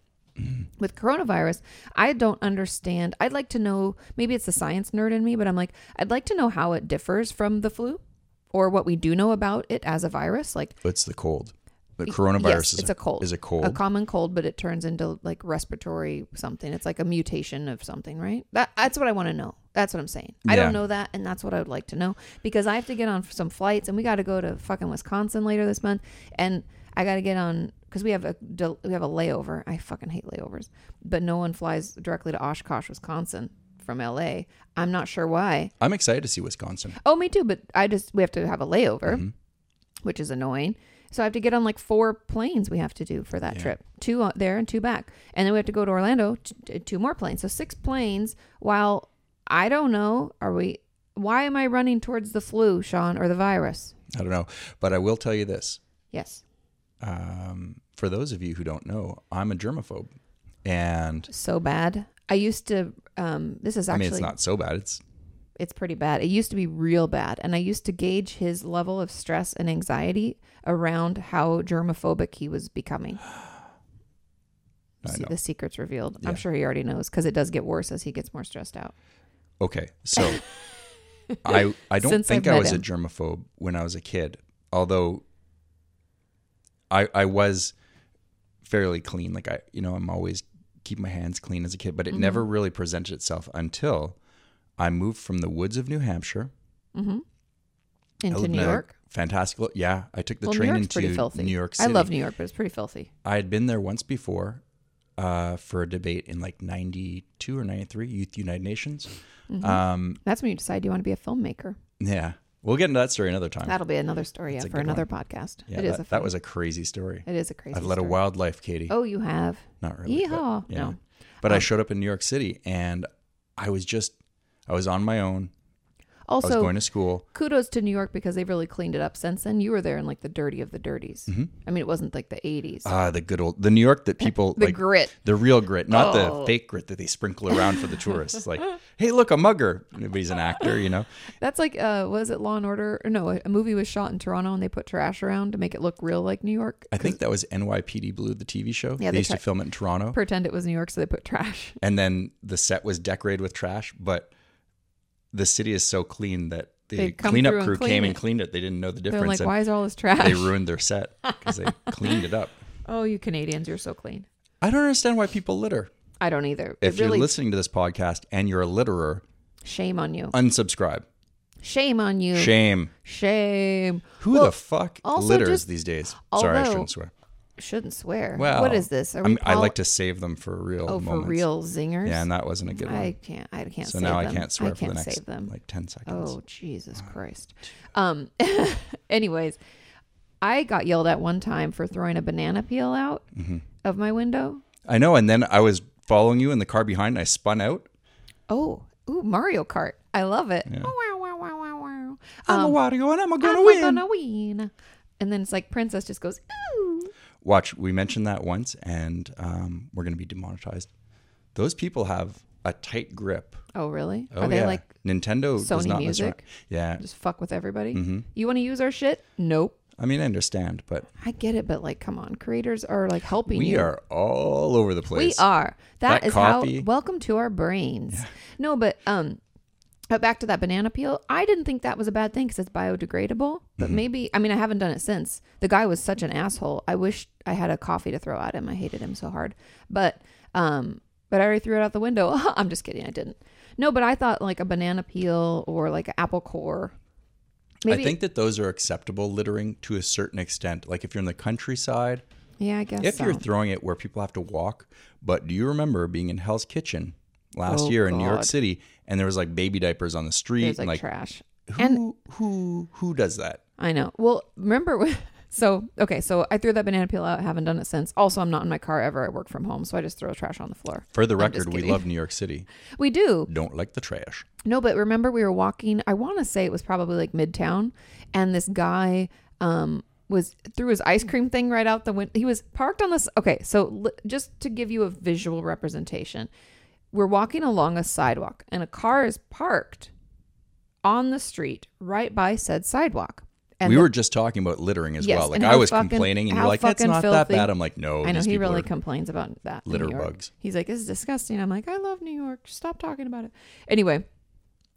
Speaker 1: with coronavirus, I don't understand. I'd like to know, maybe it's the science nerd in me, but I'm like, I'd like to know how it differs from the flu or what we do know about it as a virus. Like,
Speaker 2: It's the cold. The coronavirus
Speaker 1: yes,
Speaker 2: is,
Speaker 1: it's a cold.
Speaker 2: is a cold.
Speaker 1: A common cold, but it turns into like respiratory something. It's like a mutation of something, right? That, that's what I want to know. That's what I'm saying. I
Speaker 2: Yeah.
Speaker 1: don't know that, and that's what I would like to know because I have to get on some flights, and we got to go to fucking Wisconsin later this month, and I got to get on because we have a del- we have a layover. I fucking hate layovers, but no one flies directly to Oshkosh, Wisconsin from L.A. I'm not sure why.
Speaker 2: I'm excited to see Wisconsin.
Speaker 1: Oh, me too. But I just we have to have a layover,
Speaker 2: Mm-hmm.
Speaker 1: which is annoying. So I have to get on like four planes we have to do for that trip. Two out there and two back. And then we have to go to Orlando, t- t- two more planes. So six planes while I don't know, are we why am I running towards the flu, Sean, or the virus?
Speaker 2: I don't know. But I will tell you this
Speaker 1: Yes.
Speaker 2: um, for those of you who don't know, I'm a germaphobe. And
Speaker 1: So bad. I used to um this is
Speaker 2: I mean,
Speaker 1: actually
Speaker 2: it's not so bad. It's
Speaker 1: it's pretty bad. It used to be real bad. And I used to gauge his level of stress and anxiety around how germophobic he was becoming.
Speaker 2: I
Speaker 1: see
Speaker 2: know.
Speaker 1: the secrets revealed.
Speaker 2: Yeah.
Speaker 1: I'm sure he already knows because it does get worse as he gets more stressed out.
Speaker 2: Okay, so
Speaker 1: *laughs*
Speaker 2: I I don't
Speaker 1: Since
Speaker 2: think
Speaker 1: I've
Speaker 2: I
Speaker 1: met
Speaker 2: was
Speaker 1: him.
Speaker 2: a germaphobe when I was a kid, although I I was fairly clean. Like I you know I'm always keep my hands clean as a kid, but it
Speaker 1: Mm-hmm.
Speaker 2: never really presented itself until I moved from the woods of New Hampshire I
Speaker 1: Mm-hmm. Into
Speaker 2: lived
Speaker 1: New
Speaker 2: in a
Speaker 1: York.
Speaker 2: Fantastical, yeah. I took the
Speaker 1: well, New
Speaker 2: train
Speaker 1: York's
Speaker 2: into
Speaker 1: pretty filthy.
Speaker 2: New York City.
Speaker 1: I love New York, but it's pretty filthy.
Speaker 2: I had been there once before uh, for a debate in like '92 or '93, Youth United Nations.
Speaker 1: Mm-hmm.
Speaker 2: Um,
Speaker 1: That's when you decide you want to be a filmmaker.
Speaker 2: yeah, we'll get into that story another time.
Speaker 1: That'll be another story yeah,
Speaker 2: Oh, a
Speaker 1: for
Speaker 2: good
Speaker 1: another podcast.
Speaker 2: yeah,
Speaker 1: it is
Speaker 2: that,
Speaker 1: a
Speaker 2: that
Speaker 1: fun-
Speaker 2: was a crazy story.
Speaker 1: it is a crazy.
Speaker 2: I've led
Speaker 1: story.
Speaker 2: a wild life, Katie.
Speaker 1: Oh, you have.
Speaker 2: Not really. but-
Speaker 1: Yeehaw.
Speaker 2: yeah.
Speaker 1: No. Um,
Speaker 2: But I showed up in New York City, and I was just, I was on my own. I was
Speaker 1: Also,
Speaker 2: going to school.
Speaker 1: kudos to New York because they've really cleaned it up since then. You were there in like the dirty of the dirties.
Speaker 2: Mm-hmm.
Speaker 1: I mean, it wasn't like the 80s.
Speaker 2: Ah, the good old the New York that people
Speaker 1: *laughs* the
Speaker 2: like
Speaker 1: grit.
Speaker 2: The real grit, not the
Speaker 1: Oh.
Speaker 2: fake grit that they sprinkle around for the
Speaker 1: *laughs*
Speaker 2: tourists. Like, hey, look, a mugger. Nobody's an actor, you know.
Speaker 1: That's like, uh, was it Law and Order? Or no, a movie was shot in Toronto and they put trash around to make it look real like New York.
Speaker 2: I think that was NYPD Blue, the TV show.
Speaker 1: Yeah,
Speaker 2: they
Speaker 1: they
Speaker 2: used to
Speaker 1: tried-
Speaker 2: film it in Toronto,
Speaker 1: Pretend it was New York, so they put trash. *laughs*
Speaker 2: and then the set was decorated with trash. But the city is so clean that the
Speaker 1: They'd come
Speaker 2: cleanup
Speaker 1: through and
Speaker 2: crew
Speaker 1: clean
Speaker 2: came
Speaker 1: it.
Speaker 2: and cleaned it. They didn't know the
Speaker 1: They're
Speaker 2: difference,
Speaker 1: like,
Speaker 2: and
Speaker 1: why is there all this trash?
Speaker 2: they ruined their set
Speaker 1: *laughs*
Speaker 2: because they cleaned it up.
Speaker 1: oh, you Canadians, you're so clean.
Speaker 2: I don't understand why people litter.
Speaker 1: I don't either. It
Speaker 2: If
Speaker 1: really,
Speaker 2: you're listening to this podcast and you're a litterer,
Speaker 1: shame on you.
Speaker 2: unsubscribe.
Speaker 1: Shame on you.
Speaker 2: Shame.
Speaker 1: Shame.
Speaker 2: Who the fuck
Speaker 1: Mm. also
Speaker 2: litters
Speaker 1: just-
Speaker 2: these days? Sorry, I
Speaker 1: although-
Speaker 2: shouldn't swear.
Speaker 1: Shouldn't swear.
Speaker 2: Well,
Speaker 1: what is this? Are we
Speaker 2: I'm, I
Speaker 1: pol-
Speaker 2: like to save them for real
Speaker 1: oh,
Speaker 2: moments.
Speaker 1: for real zingers?
Speaker 2: Yeah, and that wasn't a good one.
Speaker 1: I can't. I can't.
Speaker 2: so
Speaker 1: save
Speaker 2: now
Speaker 1: them.
Speaker 2: I can't swear
Speaker 1: I
Speaker 2: for the
Speaker 1: can't
Speaker 2: next
Speaker 1: save them.
Speaker 2: like ten seconds.
Speaker 1: oh Jesus
Speaker 2: Uh,
Speaker 1: Christ. Um. *laughs* anyways, I got yelled at one time for throwing a banana peel out
Speaker 2: Mm-hmm.
Speaker 1: of my window.
Speaker 2: I know. And then I was following you in the car behind. And I spun out.
Speaker 1: Oh, ooh, Mario Kart. I love it. Oh, Wow, wow, wow, wow, wow.
Speaker 2: I'm a Wario and I'm a gonna
Speaker 1: Um, I'm
Speaker 2: win.
Speaker 1: gonna win. And then it's like Princess just goes ooh.
Speaker 2: Watch, we mentioned that once, and um, we're gonna be demonetized. Those people have a tight grip.
Speaker 1: Oh really?
Speaker 2: Oh
Speaker 1: Are they
Speaker 2: yeah,
Speaker 1: like
Speaker 2: Nintendo does
Speaker 1: Sony
Speaker 2: not mess around.
Speaker 1: Music?
Speaker 2: Yeah,
Speaker 1: just fuck with everybody?
Speaker 2: Mm-hmm.
Speaker 1: You want to use our shit? Nope.
Speaker 2: I mean, I understand, but
Speaker 1: I get it, but like, come on, creators are like helping
Speaker 2: we
Speaker 1: you.
Speaker 2: are all over the place.
Speaker 1: We are.
Speaker 2: That
Speaker 1: that is
Speaker 2: coffee.
Speaker 1: how. Welcome to our brains. No, but um, but back to that banana peel. I didn't think that was a bad thing because it's biodegradable. But
Speaker 2: Mm-hmm.
Speaker 1: maybe I mean I haven't done it since. The guy was such an asshole. I wish I had a coffee to throw at him. I hated him so hard. But um, but I already threw it out the window. *laughs* I'm just kidding. I didn't. No, but I thought like a banana peel or like an apple core. Maybe
Speaker 2: I think that those are acceptable littering to a certain extent. Like if you're in the countryside,
Speaker 1: yeah, I guess
Speaker 2: If
Speaker 1: so.
Speaker 2: you're throwing it where people have to walk, but do you remember being in Hell's Kitchen last
Speaker 1: Oh,
Speaker 2: year in New York
Speaker 1: God.
Speaker 2: City and there was like baby diapers on the street
Speaker 1: There's
Speaker 2: and
Speaker 1: like
Speaker 2: like
Speaker 1: trash.
Speaker 2: who who who does that?
Speaker 1: I know. Well, remember, *laughs* when- so, okay, so I threw that banana peel out, haven't done it since. Also, I'm not in my car ever. I work from home, so I just throw trash on the floor.
Speaker 2: For the
Speaker 1: I'm just
Speaker 2: record, we
Speaker 1: kidding.
Speaker 2: love New York City.
Speaker 1: We do.
Speaker 2: Don't like the trash.
Speaker 1: No, but remember, we were walking, I want to say it was probably like midtown, and this guy, um, was threw his ice cream thing right out the window. He was parked on this. Okay, so li- just to give you a visual representation, we're walking along a sidewalk and a car is parked on the street right by said sidewalk. And
Speaker 2: we
Speaker 1: the-
Speaker 2: were just talking about littering as
Speaker 1: Yes,
Speaker 2: well. Like
Speaker 1: and
Speaker 2: I
Speaker 1: how
Speaker 2: was
Speaker 1: fucking-
Speaker 2: complaining and
Speaker 1: how
Speaker 2: you're like, that's
Speaker 1: fucking
Speaker 2: not that
Speaker 1: filthy."
Speaker 2: bad. I'm like, no,
Speaker 1: I know
Speaker 2: these
Speaker 1: he
Speaker 2: people
Speaker 1: really
Speaker 2: are-
Speaker 1: complains about that. in
Speaker 2: litter
Speaker 1: New York.
Speaker 2: bugs.
Speaker 1: He's like, this is disgusting. I'm like, I love New York. Stop talking about it. Anyway,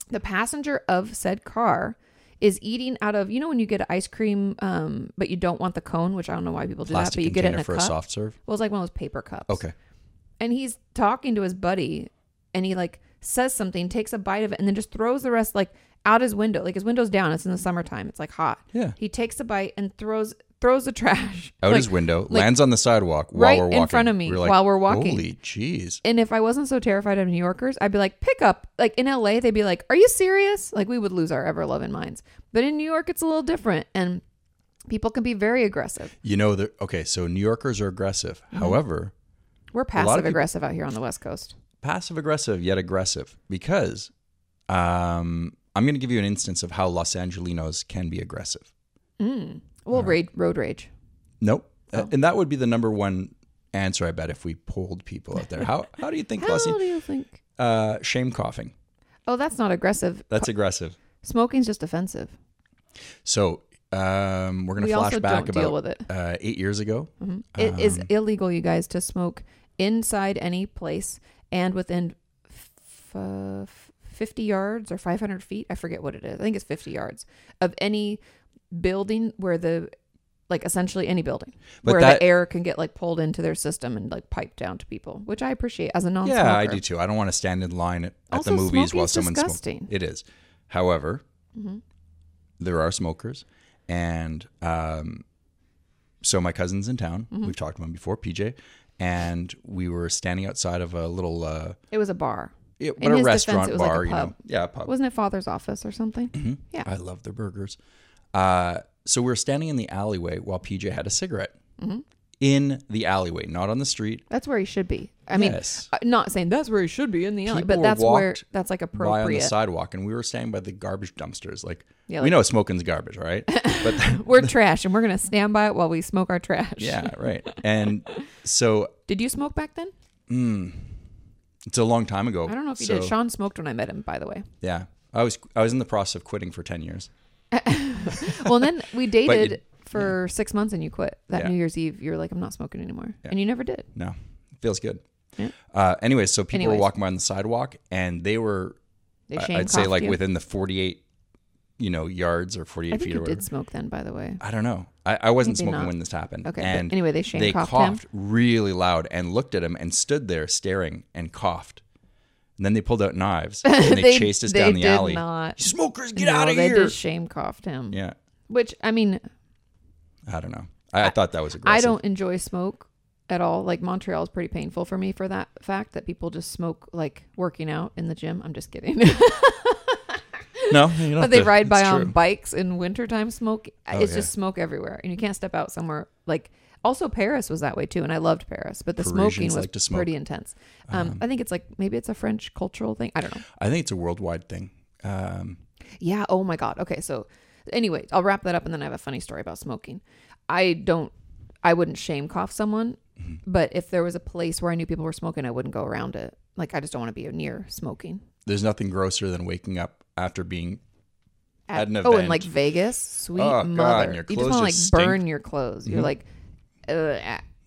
Speaker 1: the passenger of said car is eating out of you know when you get ice cream, um, but you don't want the cone, which I don't know why people do that,
Speaker 2: plastic
Speaker 1: but you get
Speaker 2: container
Speaker 1: it in a
Speaker 2: for
Speaker 1: cup.
Speaker 2: a soft serve.
Speaker 1: well, it's like one of those paper cups.
Speaker 2: Okay.
Speaker 1: And he's talking to his buddy, and he like says something, takes a bite of it, and then just throws the rest like out his window. Like his window's down. It's in the summertime. It's like hot.
Speaker 2: Yeah.
Speaker 1: He takes a bite and throws throws the *laughs* trash
Speaker 2: Out
Speaker 1: Like,
Speaker 2: his window, lands on the sidewalk while
Speaker 1: right
Speaker 2: we're
Speaker 1: in
Speaker 2: walking.
Speaker 1: front of me
Speaker 2: We're like,
Speaker 1: while we're walking.
Speaker 2: Holy jeez.
Speaker 1: and if I wasn't so terrified of New Yorkers, I'd be like, pick up. Like in LA, they'd be like, are you serious? Like we would lose our ever loving minds. But in New York, it's a little different. And people can be very aggressive.
Speaker 2: You know, they're- okay, so New Yorkers are aggressive.
Speaker 1: Mm-hmm.
Speaker 2: However,
Speaker 1: We're
Speaker 2: of
Speaker 1: passive
Speaker 2: people-
Speaker 1: aggressive out here on the West Coast.
Speaker 2: passive aggressive yet aggressive because um, I'm going to give you an instance of how Los Angelinos can be aggressive.
Speaker 1: Mm. Well, raid, road rage.
Speaker 2: Nope.
Speaker 1: Oh.
Speaker 2: Uh, and that would be the number one answer, I bet, if we polled people out there. How, how do you
Speaker 1: *laughs*
Speaker 2: think
Speaker 1: How
Speaker 2: Los
Speaker 1: do you think?
Speaker 2: uh, Shame coughing.
Speaker 1: Oh, that's not aggressive.
Speaker 2: That's aggressive.
Speaker 1: Smoking's just offensive.
Speaker 2: So um, we're going to
Speaker 1: We
Speaker 2: flash
Speaker 1: also
Speaker 2: back
Speaker 1: don't deal
Speaker 2: about
Speaker 1: with it.
Speaker 2: Uh, eight years ago.
Speaker 1: It is illegal, you guys, to smoke inside any place and within f- uh, 50 yards or 500 feet. I forget what it is. I think it's 50 yards of any building where the like essentially any building
Speaker 2: But
Speaker 1: where
Speaker 2: that-
Speaker 1: the air can get like pulled into their system and like piped down to people, which I appreciate as a non smoker.
Speaker 2: Yeah, I do too. I don't want to stand in line at, at the
Speaker 1: Also,
Speaker 2: movies while
Speaker 1: smoking's
Speaker 2: someone's
Speaker 1: disgusting.
Speaker 2: smoking. It is. However,
Speaker 1: Mm-hmm.
Speaker 2: there are smokers, and um, so my cousin's in town.
Speaker 1: Mm-hmm.
Speaker 2: We've talked about him before, PJ, and we were standing outside of a little, uh,
Speaker 1: It was a bar.
Speaker 2: yeah,
Speaker 1: In
Speaker 2: but a
Speaker 1: his defense,
Speaker 2: restaurant
Speaker 1: it was like a
Speaker 2: bar, you know,
Speaker 1: pub.
Speaker 2: yeah, a pub.
Speaker 1: Wasn't it father's office or something?
Speaker 2: Mm-hmm.
Speaker 1: Yeah.
Speaker 2: I love their burgers. Uh, so we were standing in the alleyway while PJ had a cigarette
Speaker 1: Mm-hmm.
Speaker 2: in the alleyway, not on the street.
Speaker 1: That's where he should be. I mean,
Speaker 2: Yes.
Speaker 1: uh, not saying that's where he should be in the alley,
Speaker 2: People
Speaker 1: but that's
Speaker 2: walked
Speaker 1: where that's like
Speaker 2: by on the
Speaker 1: appropriate.
Speaker 2: sidewalk, and we were standing by the garbage dumpsters. Like,
Speaker 1: Yeah,
Speaker 2: we
Speaker 1: like-
Speaker 2: know smoking's garbage, right?
Speaker 1: *laughs*
Speaker 2: But
Speaker 1: We're trash, and we're gonna stand by it while we smoke our trash. *laughs*
Speaker 2: yeah, right. And so mm,
Speaker 1: Did you smoke back then?
Speaker 2: it's a long time ago.
Speaker 1: I don't know if you
Speaker 2: Oh, so,
Speaker 1: did. Sean smoked when I met him, by the way.
Speaker 2: Yeah, I was I was in the process of quitting for ten years.
Speaker 1: Well, then
Speaker 2: *laughs*
Speaker 1: we dated for six months, and you quit that
Speaker 2: Yeah.
Speaker 1: New Year's Eve. You were like, "I'm not smoking anymore," and you never did.
Speaker 2: No, feels good.
Speaker 1: Yeah.
Speaker 2: Uh, anyway, so people were
Speaker 1: Anyways.
Speaker 2: walking by on the sidewalk, and they were
Speaker 1: They
Speaker 2: I-
Speaker 1: shame
Speaker 2: I'd say like
Speaker 1: you.
Speaker 2: within the forty eight, you know, yards or forty
Speaker 1: I
Speaker 2: eight
Speaker 1: think
Speaker 2: feet
Speaker 1: you
Speaker 2: or whatever.
Speaker 1: did smoke then, by the way.
Speaker 2: I don't know. I, I wasn't
Speaker 1: Maybe
Speaker 2: smoking
Speaker 1: not.
Speaker 2: when this happened.
Speaker 1: Okay, but
Speaker 2: And
Speaker 1: anyway, they shame
Speaker 2: they
Speaker 1: coughed him.
Speaker 2: coughed really loud and looked at him and stood there staring and coughed. And then they pulled out
Speaker 1: *laughs*
Speaker 2: knives *laughs* and they, chased us
Speaker 1: they
Speaker 2: down the
Speaker 1: did
Speaker 2: alley.
Speaker 1: Not.
Speaker 2: Smokers, get
Speaker 1: No,
Speaker 2: out of
Speaker 1: they
Speaker 2: here!
Speaker 1: just shame coughed him.
Speaker 2: Yeah,
Speaker 1: Which I mean,
Speaker 2: I don't know. I, I thought that was
Speaker 1: I
Speaker 2: aggressive.
Speaker 1: don't enjoy smoke at all. Like Montreal is pretty painful for me for that fact that people just smoke like working out in the gym. I'm just kidding. *laughs*
Speaker 2: No, you don't
Speaker 1: but
Speaker 2: *laughs*
Speaker 1: they
Speaker 2: have to-
Speaker 1: ride by
Speaker 2: it's
Speaker 1: on
Speaker 2: true. Oh,
Speaker 1: bikes in wintertime smoke. it's
Speaker 2: yeah.
Speaker 1: just smoke everywhere and you can't step out somewhere like also Paris was that way too and I loved Paris, but the smoking
Speaker 2: Parisians
Speaker 1: was
Speaker 2: like to smoke.
Speaker 1: pretty intense. Um, I think it's like maybe it's a French cultural thing. I don't
Speaker 2: *gasps*
Speaker 1: know.
Speaker 2: I think it's a worldwide thing. Um,
Speaker 1: Yeah. Oh my God. Okay. So, anyway, I'll wrap that up and then I have a funny story about smoking. I don't, I wouldn't shame cough someone,
Speaker 2: Mm-hmm.
Speaker 1: but if there was a place where I knew people were smoking, I wouldn't go around it. Like, I just don't want to be near smoking.
Speaker 2: there's nothing grosser than waking up after being. *laughs* At an
Speaker 1: oh, in
Speaker 2: event.
Speaker 1: like Vegas, sweet
Speaker 2: Oh, God,
Speaker 1: mother,
Speaker 2: and your
Speaker 1: you just
Speaker 2: clothes
Speaker 1: want to like
Speaker 2: just stink. Mm-hmm.
Speaker 1: burn your clothes. You're like, Ugh.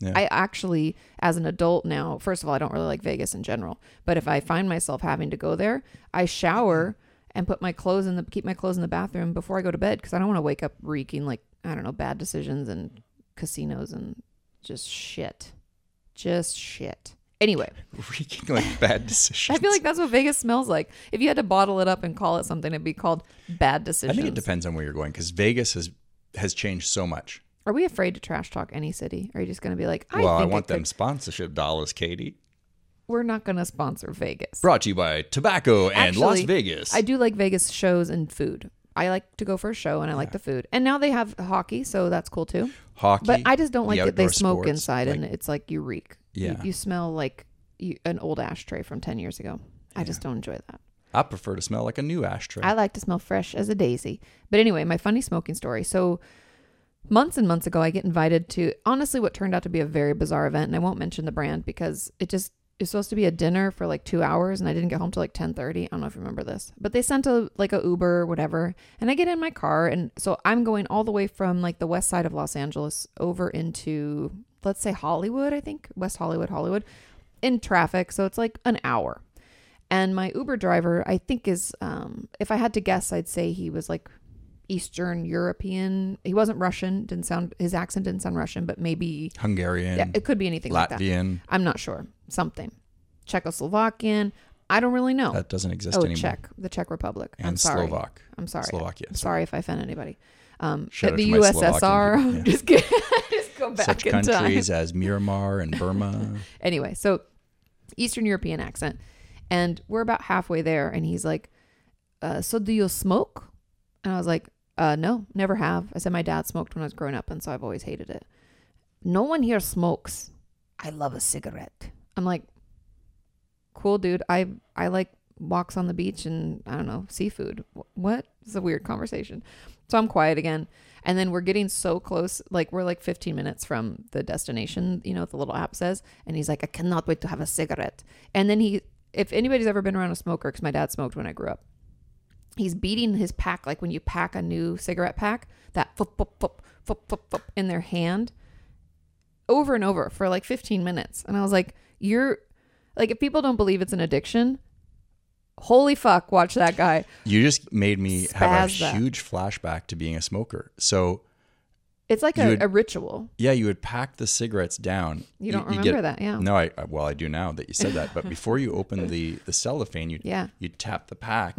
Speaker 2: Yeah.
Speaker 1: I actually, as an adult now, first of all, I don't really like Vegas in general. But if I find myself having to go there, I shower and put my clothes in the keep my clothes in the bathroom before I go to bed because I don't want to wake up reeking like I don't know bad decisions and casinos and just shit, just shit. Anyway,
Speaker 2: Reeking like bad decisions.
Speaker 1: I feel like that's what Vegas smells like. If you had to bottle it up and call it something, it'd be called bad
Speaker 2: I
Speaker 1: decisions.
Speaker 2: think it depends on where you're going because Vegas has has changed so much.
Speaker 1: Are we afraid to trash talk any city? Are you just going to be like, I
Speaker 2: well, I
Speaker 1: think
Speaker 2: want
Speaker 1: it could-
Speaker 2: them sponsorship dollars, Katie.
Speaker 1: We're not going to sponsor Vegas.
Speaker 2: Brought to you by Tobacco and Las
Speaker 1: Actually,
Speaker 2: Vegas.
Speaker 1: I do like Vegas shows and food. I like to go for a show and I like the food. And now they have hockey, so that's cool too.
Speaker 2: Hockey,
Speaker 1: But I just don't like
Speaker 2: the
Speaker 1: that they
Speaker 2: outdoor
Speaker 1: smoke
Speaker 2: sports,
Speaker 1: inside
Speaker 2: like-
Speaker 1: and it's like you reek. You-
Speaker 2: Yeah.
Speaker 1: You, smell like you, an old ashtray from 10 years ago. I just don't enjoy that.
Speaker 2: I prefer to smell like a new ashtray.
Speaker 1: I like to smell fresh as a daisy. But anyway, my funny smoking story. So months and months ago, I get invited to honestly what turned out to be a very bizarre event, and I won't mention the brand because it just it's supposed to be a dinner for like two hours, and I didn't get home till like ten thirty. I don't know if you remember this, but they sent a like a Uber or whatever, and I get in my car, and so I'm going all the way from like the west side of Los Angeles over into let's say Hollywood, I think West Hollywood, Hollywood, in traffic. So it's like an hour and my uber driver i think is um, if i had to guess i'd say he was like eastern european he wasn't russian didn't sound his accent didn't sound russian but maybe
Speaker 2: Hungarian,
Speaker 1: it could be anything like that
Speaker 2: Latvian.
Speaker 1: i'm not sure something czechoslovakian i don't really know
Speaker 2: That doesn't exist
Speaker 1: oh
Speaker 2: anymore.
Speaker 1: czech the czech republic i'm
Speaker 2: And
Speaker 1: sorry
Speaker 2: Slovak.
Speaker 1: i'm sorry
Speaker 2: Slovakia.
Speaker 1: I'm sorry if i offend anybody um,
Speaker 2: Shout out
Speaker 1: the
Speaker 2: to my Slovakian
Speaker 1: ussr *laughs*
Speaker 2: people, yeah.
Speaker 1: just, kidding. just go *laughs* back
Speaker 2: Such
Speaker 1: in time
Speaker 2: countries as Myanmar
Speaker 1: *laughs*
Speaker 2: and Burma.
Speaker 1: anyway, so Eastern European accent. And we're about halfway there. And he's like, uh, So do you smoke? And I was like, uh, No, never have. I said, My dad smoked when I was growing up. And so I've always hated it. No one here smokes. I love a cigarette. I'm like, Cool, dude. I, I like walks on the beach and I don't know, seafood. Wh- What? It's a weird conversation. So I'm quiet again. And then we're getting so close, like we're like 15 minutes from the destination, you know, the little app says. And he's like, I cannot wait to have a cigarette. And then he, if anybody's ever been around a smoker, because my dad smoked when I grew up, he's beating his pack, like when you pack a new cigarette pack, that fup, fup, fup, fup, fup, fup in their hand. over and over for like 15 minutes. And I was like, you're like, if people don't believe it's an addiction, holy fuck, watch that guy.
Speaker 2: You just made me have a
Speaker 1: Spazza.
Speaker 2: huge flashback to being a smoker. So
Speaker 1: It's like
Speaker 2: You
Speaker 1: a,
Speaker 2: would-
Speaker 1: a ritual.
Speaker 2: yeah, you would pack the cigarettes down.
Speaker 1: You don't
Speaker 2: you'd
Speaker 1: remember that, yeah.
Speaker 2: No, I I- well I do now that you said that.
Speaker 1: *laughs*
Speaker 2: But before you opened the the cellophane, you
Speaker 1: Yeah. Mm-hmm.
Speaker 2: you tap the pack.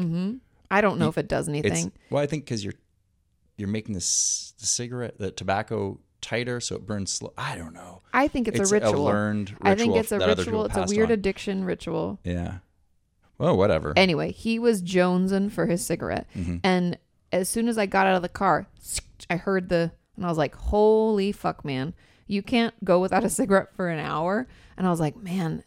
Speaker 1: I don't know if it does anything.
Speaker 2: Mm-hmm. It's well, I think because you're you're making this the cigarette the tobacco tighter so it burns slow. I don't know.
Speaker 1: I think it's, a ritual.
Speaker 2: learned ritual.
Speaker 1: I think it's a
Speaker 2: that other people
Speaker 1: ritual. It's a
Speaker 2: passed
Speaker 1: weird Eh.
Speaker 2: on.
Speaker 1: addiction ritual.
Speaker 2: Yeah. Well, whatever.
Speaker 1: Anyway, he was jonesing for his cigarette.
Speaker 2: Mm-hmm.
Speaker 1: And as soon as I got out of the car, *sniffs* I heard the, and I was like, holy fuck, man. You can't go without a cigarette for an hour. And I was like, man,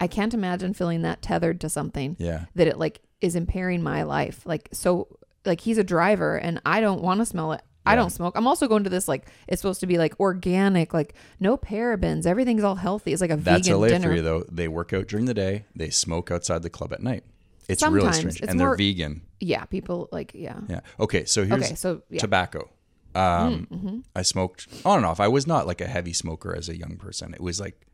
Speaker 1: I can't imagine feeling that tethered to something
Speaker 2: yeah.
Speaker 1: that it like is impairing my life. Like, so, like, he's a driver and I don't want to smell it. I don't smoke. I'm also going to this like it's supposed to be like organic, like no parabens. Everything's all healthy. It's like a
Speaker 2: That's
Speaker 1: vegan
Speaker 2: LA
Speaker 1: dinner.
Speaker 2: for you though. They work out during the day. They smoke outside the club at night. It's really
Speaker 1: Sometimes.
Speaker 2: strange,
Speaker 1: It's
Speaker 2: and they're
Speaker 1: more-
Speaker 2: vegan.
Speaker 1: Yeah, people like yeah.
Speaker 2: Yeah. Okay. So here's
Speaker 1: Okay, so, yeah. Mm-hmm.
Speaker 2: tobacco. Um, I smoked on and off. I was not like a heavy smoker as a young person. It was like,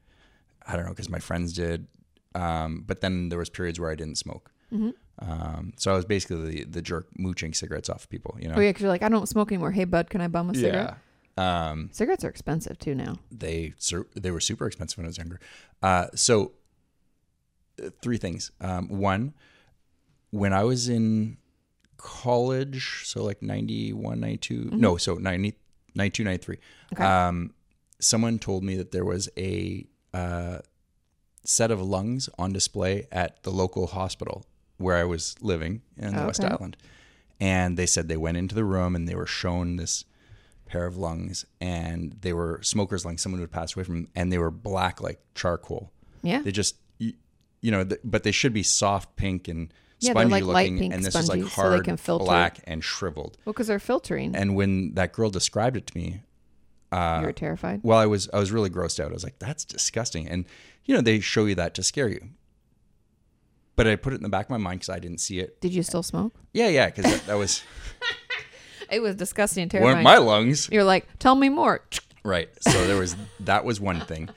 Speaker 2: I don't know, because my friends did. Um, but then there was periods where I didn't smoke.
Speaker 1: Mm-hmm.
Speaker 2: Um, so I was basically the, the jerk mooching cigarettes off people, you know?
Speaker 1: Oh yeah, because you're like I don't smoke anymore. Hey bud, can I bum a cigarette?
Speaker 2: Yeah. Um,
Speaker 1: Cigarettes are expensive too now.
Speaker 2: they sur- they were super expensive when I was younger. Uh, so uh, three things. Um, one, when I was in college, so like 91, 92, no, so 90, 92, 93,
Speaker 1: Mm-hmm. Okay.
Speaker 2: um, someone told me that there was a uh, set of lungs on display at the local hospital where I was living in the West
Speaker 1: Oh, Okay.
Speaker 2: Island. And they said they went into the room and they were shown this pair of lungs and they were smokers' lungs, someone who had passed away from them, and they were black like charcoal.
Speaker 1: Yeah.
Speaker 2: They just, you, you know, th- but they should be soft pink and
Speaker 1: Yeah,
Speaker 2: spongy
Speaker 1: they're like
Speaker 2: looking.
Speaker 1: light pink,
Speaker 2: and this is like
Speaker 1: spongy, so they
Speaker 2: hard,
Speaker 1: can filter.
Speaker 2: black, and shriveled.
Speaker 1: Well, because they're filtering.
Speaker 2: And when that girl described it to me, Uh,
Speaker 1: you were terrified.
Speaker 2: well, I was I was really grossed out. I was like, "That's disgusting," and you know they show you that to scare you. But I put it in the back of my mind because I didn't see it.
Speaker 1: Did you still smoke?
Speaker 2: Yeah, yeah, because that, that
Speaker 1: *laughs*
Speaker 2: was
Speaker 1: It was disgusting and
Speaker 2: weren't
Speaker 1: terrifying.
Speaker 2: my lungs,
Speaker 1: you're like, tell me more.
Speaker 2: right? So there was that was one thing.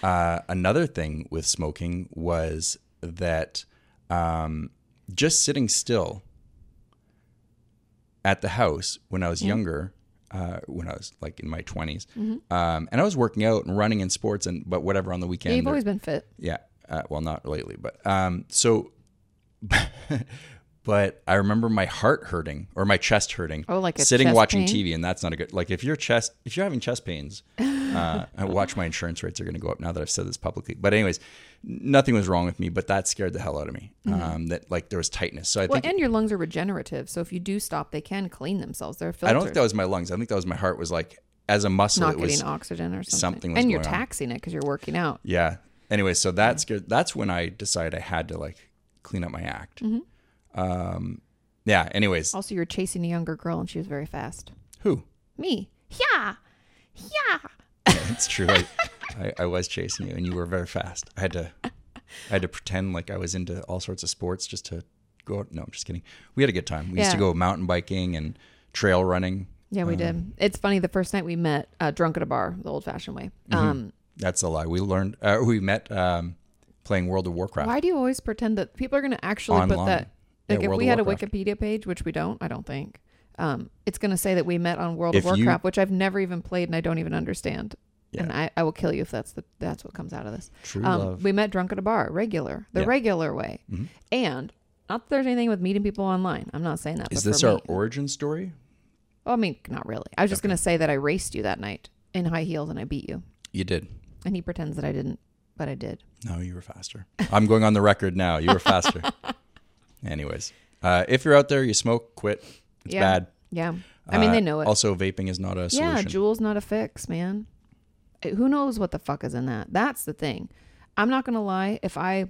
Speaker 2: Uh, another thing with smoking was that um, just sitting still at the house when I was younger, uh, when I was like in my 20s um, and I was working out and running in sports and but whatever on the weekend.
Speaker 1: You've
Speaker 2: or-
Speaker 1: always been fit.
Speaker 2: Yeah. Uh, well, not lately, but um, so, *laughs* but I remember my heart hurting or my chest hurting.
Speaker 1: Oh, like a
Speaker 2: sitting
Speaker 1: chest
Speaker 2: watching
Speaker 1: pain?
Speaker 2: TV, and that's not a good. Like if your chest, if you're having
Speaker 1: *laughs*
Speaker 2: chest pains, uh, I watch my insurance rates are going to go up now that I've said this publicly. But anyways, nothing was wrong with me, but that scared the hell out of me. Um, that like there was tightness. So I
Speaker 1: Mm-hmm. Well,
Speaker 2: think
Speaker 1: and your lungs are regenerative, so if you do stop, they can clean themselves. They're filtered.
Speaker 2: I don't think that was my lungs. I think that was my heart was like as a muscle.
Speaker 1: not
Speaker 2: it
Speaker 1: getting
Speaker 2: was
Speaker 1: oxygen or something.
Speaker 2: something was
Speaker 1: and you're
Speaker 2: going on.
Speaker 1: taxing it because you're working out.
Speaker 2: Yeah. Anyway, so that's good. That's when I decided I had to like clean up my act. Um,
Speaker 1: Mm-hmm.
Speaker 2: yeah. Anyways,
Speaker 1: Also, you're chasing a younger girl, and she was very fast.
Speaker 2: who?
Speaker 1: Me, yeah, yeah.
Speaker 2: It's true. I, I, I was chasing you, and you were very fast. I had to, I had to pretend like I was into all sorts of sports just to go. out. No, I'm just kidding. We had a good time. We used to
Speaker 1: Yeah.
Speaker 2: go mountain biking and trail running.
Speaker 1: Yeah, we
Speaker 2: Uh-huh.
Speaker 1: did. It's funny. The first night we met, uh, drunk at a bar, the old-fashioned way.
Speaker 2: Mm-hmm.
Speaker 1: Um,
Speaker 2: That's a lie. We learned. Uh, we met um, playing World of Warcraft.
Speaker 1: Why do you always pretend that people are going to actually put
Speaker 2: Online.
Speaker 1: that?
Speaker 2: Yeah,
Speaker 1: Like, if
Speaker 2: World
Speaker 1: we
Speaker 2: of
Speaker 1: had
Speaker 2: Warcraft.
Speaker 1: a Wikipedia page, which we don't, I don't think, um, it's going to say that we met on World
Speaker 2: If
Speaker 1: of
Speaker 2: you-
Speaker 1: Warcraft, which I've never even played and I don't even understand.
Speaker 2: Yeah.
Speaker 1: And I, I will kill you if that's the that's what comes out of this.
Speaker 2: True love.
Speaker 1: Um, We met drunk at a bar, regular, the
Speaker 2: Yeah. Mm-hmm.
Speaker 1: regular way, and not that there's anything with meeting people online. I'm not saying that.
Speaker 2: Is
Speaker 1: but
Speaker 2: this
Speaker 1: for
Speaker 2: our
Speaker 1: me-
Speaker 2: origin story?
Speaker 1: Oh, I mean, not really. I was just going to say that I raced you that night in high heels and I beat you,
Speaker 2: You did.
Speaker 1: and he pretends that I didn't, but I did.
Speaker 2: No, you were faster. I'm going on the record now. You
Speaker 1: *laughs*
Speaker 2: were faster. Anyways, uh, if you're out there, you smoke, quit. It's
Speaker 1: Yeah.
Speaker 2: bad.
Speaker 1: Yeah. I mean,
Speaker 2: Uh,
Speaker 1: they know it.
Speaker 2: Also, vaping is not a solution.
Speaker 1: Yeah, Juul's not a fix, man. Uh, Who knows what the fuck is in that? That's the thing. I'm not gonna lie. If I,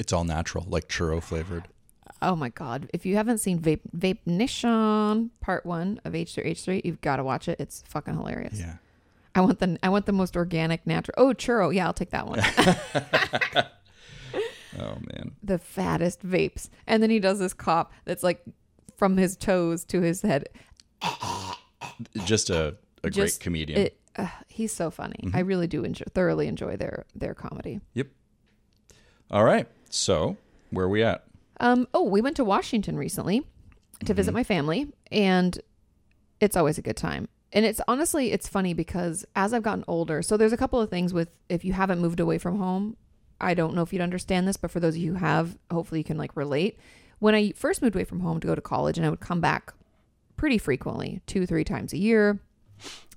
Speaker 2: it's all natural, like churro flavored.
Speaker 1: oh my god, if you haven't seen Vape Vape Nation Part One of H three H three, you've got to watch it. It's fucking hilarious.
Speaker 2: Yeah.
Speaker 1: I want the I want the most organic, natural. Oh churro, yeah, I'll take
Speaker 2: *laughs*
Speaker 1: that one.
Speaker 2: Oh man.
Speaker 1: the fattest vapes, and then he does this cop that's like from his toes to his head.
Speaker 2: Just a, a great
Speaker 1: Just-
Speaker 2: comedian.
Speaker 1: It uh, he's so funny.
Speaker 2: Mm-hmm.
Speaker 1: I really do enjoy, thoroughly enjoy their their comedy.
Speaker 2: Yep. All right. So where are we at?
Speaker 1: Um, oh, we went to Washington recently to visit my family, and it's always a good time. And it's honestly, it's funny because as I've gotten older, so there's a couple of things with if you haven't moved away from home, I don't know if you'd understand this, but for those of you who have, hopefully you can like relate. When I first moved away from home to go to college, and I would come back pretty frequently, two, three times a year,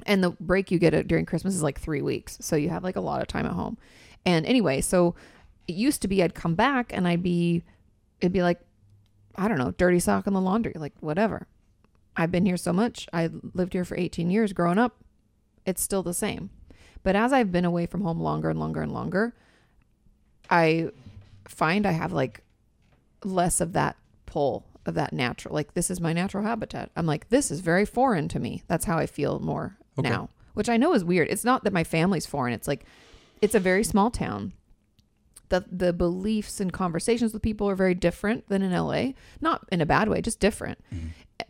Speaker 1: and the break you get at- during Christmas is like three weeks. So you have like a lot of time at home. And anyway, so it used to be I'd come back and I'd be, it'd be like, I don't know, dirty sock in the laundry, like whatever. I've been here so much. I lived here for 18 years growing up. It's still the same. But as I've been away from home longer and longer and longer, I find I have like less of that pull of that natural like this is my natural habitat i'm like this is very foreign to me that's how i feel more now which i know is weird it's not that my family's foreign it's like it's a very small town the the beliefs and conversations with people are very different than in la not in a bad way just different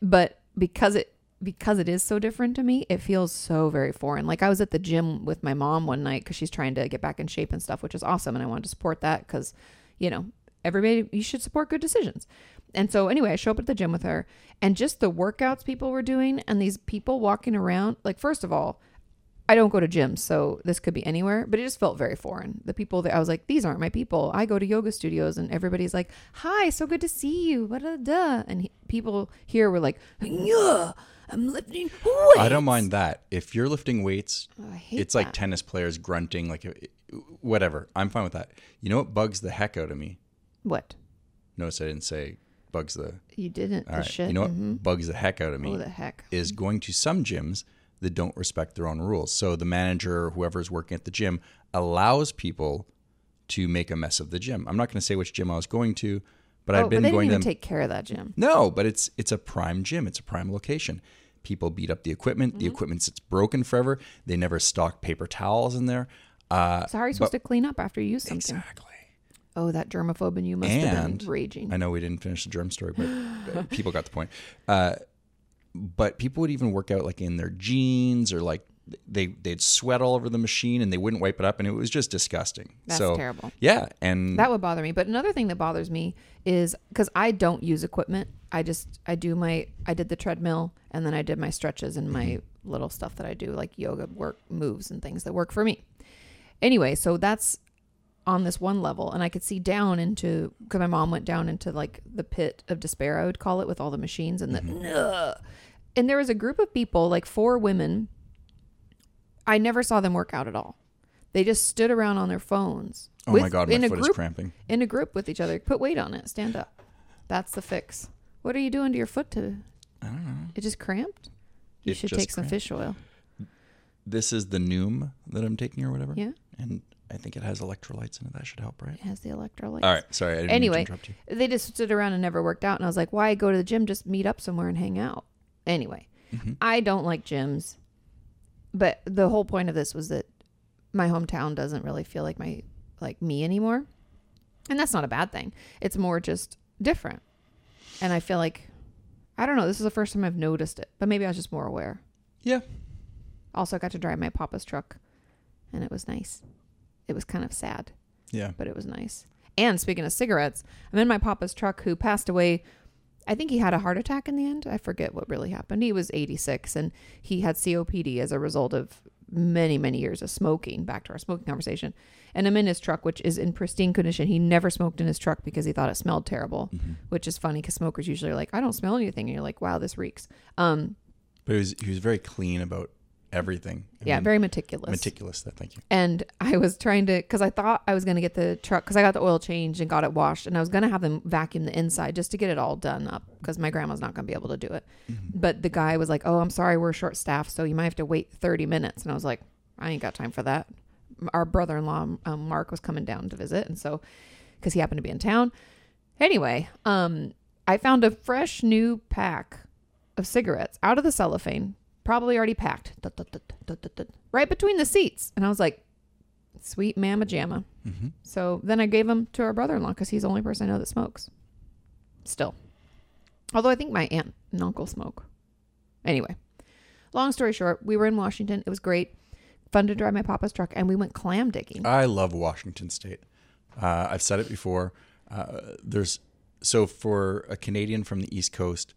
Speaker 1: but because it because it is so different to me it feels so very foreign like i was at the gym with my mom one night because she's trying to get back in shape and stuff which is awesome and i wanted to support that because you know everybody you should support good decisions and so anyway i show up at the gym with her and just the workouts people were doing and these people walking around like first of all I don't go to gyms, so this could be anywhere, but it just felt very foreign. The people that I was like, these aren't my people. I go to yoga studios and everybody's like, hi, so good to see you. What a duh. And he, people here were like, yeah, I'm lifting weights. Oh,
Speaker 2: I don't mind that. If you're lifting weights,
Speaker 1: I hate
Speaker 2: it's like tennis players grunting, like uh, whatever. I'm fine with that. You know what bugs the heck out of me?
Speaker 1: What?
Speaker 2: Notice I didn't say bugs the.
Speaker 1: You didn't.
Speaker 2: All
Speaker 1: the
Speaker 2: right.
Speaker 1: shit. Mm-hmm. Oh,
Speaker 2: You know what bugs the heck out of me?
Speaker 1: Who the heck?
Speaker 2: is going to some gyms that don't respect their own rules. So the manager or whoever's working at the gym allows people to make a mess of the gym. I'm not going to say which gym I was going to, but
Speaker 1: Oh,
Speaker 2: I've been
Speaker 1: but they
Speaker 2: going
Speaker 1: didn't even
Speaker 2: to them.
Speaker 1: take care of that gym.
Speaker 2: no, but it's it's a prime gym. It's a prime location. People beat up the equipment.
Speaker 1: Mm-hmm.
Speaker 2: The equipment sits broken forever. They never stock paper towels in there. Uh,
Speaker 1: So how are you supposed to clean up after you use something?
Speaker 2: exactly.
Speaker 1: Oh, that germaphobe in you must have
Speaker 2: And-
Speaker 1: been raging.
Speaker 2: I know we didn't finish the germ story, but uh,
Speaker 1: *gasps*
Speaker 2: people got the point. Uh, but people would even work out like in their jeans or like they they'd sweat all over the machine and they wouldn't wipe it up and it was just disgusting.
Speaker 1: That's
Speaker 2: so,
Speaker 1: terrible.
Speaker 2: Yeah, and
Speaker 1: That would bother me. But another thing that bothers me is because I don't use equipment. I just I do my I did the treadmill and then I did my stretches and my
Speaker 2: Mm-hmm.
Speaker 1: little stuff that I do like yoga work moves and things that work for me. Anyway, so that's on this one level and I could see down into because my mom went down into like the pit of despair I would call it with all the machines and the
Speaker 2: Mm-hmm.
Speaker 1: "Ugh." and there was a group of people like four women. I never saw them work out at all. They just stood around on their phones.
Speaker 2: oh my
Speaker 1: with-
Speaker 2: god, my
Speaker 1: in a
Speaker 2: foot is
Speaker 1: group
Speaker 2: cramping.
Speaker 1: in a group with each other. Put weight on it. Stand up. That's the fix. What are you doing to your foot? To
Speaker 2: I don't know.
Speaker 1: it just cramped. You
Speaker 2: It
Speaker 1: should
Speaker 2: just
Speaker 1: take some
Speaker 2: cramped.
Speaker 1: fish oil.
Speaker 2: This is the Noom that I'm taking or whatever.
Speaker 1: Yeah.
Speaker 2: and I think it has electrolytes in it. That should help, right?
Speaker 1: It has the electrolytes.
Speaker 2: All right, sorry. I didn't mean to
Speaker 1: Anyway,
Speaker 2: interrupt you.
Speaker 1: they just stood around and never worked out. And I was like, why go to the gym? Just meet up somewhere and hang out. Anyway,
Speaker 2: Mm-hmm.
Speaker 1: I don't like gyms. But the whole point of this was that my hometown doesn't really feel like my like me anymore. And that's not a bad thing. It's more just different. And I feel like I don't know, this is the first time I've noticed it, but maybe I was just more aware.
Speaker 2: Yeah,
Speaker 1: Also got to drive my papa's truck and it was nice. It was kind of sad
Speaker 2: yeah.
Speaker 1: but it was nice. And speaking of cigarettes, I'm in my papa's truck who passed away. I think he had a heart attack in the end. I forget what really happened. He was 86 and he had COPD as a result of many, many years of smoking. Back to our smoking conversation. And I'm in his truck, which is in pristine condition. He never smoked in his truck because he thought it smelled terrible, which is funny because smokers usually are like, I don't smell anything. And you're like, wow, this reeks. Um,
Speaker 2: But he was he was very clean about everything. I
Speaker 1: yeah,
Speaker 2: mean,
Speaker 1: very meticulous.
Speaker 2: meticulous. That thank you.
Speaker 1: and I was trying to because I thought I was going to get the truck because I got the oil changed and got it washed, and I was going to have them vacuum the inside just to get it all done up because my grandma's not going to be able to do it. But the guy was like, "Oh, I'm sorry, we're short staffed, so you might have to wait 30 minutes," and I was like, "I ain't got time for that." Our brother-in-law um, Mark was coming down to visit, and so because he happened to be in town. Anyway, um, I found a fresh new pack of cigarettes out of the cellophane, probably already packed, Tut, tut, tut, tut, tut, tut, right between the seats. And I was like, sweet mama jamma.
Speaker 2: Mm-hmm.
Speaker 1: So then I gave them to our brother in law because he's the only person I know that smokes. Still. Although I think my aunt and uncle smoke. Anyway, long story short, we were in Washington. It was great. fun to drive my papa's truck, and we went clam digging.
Speaker 2: I love Washington State. Uh, I've said it before. Uh, there's so for a Canadian from the East Coast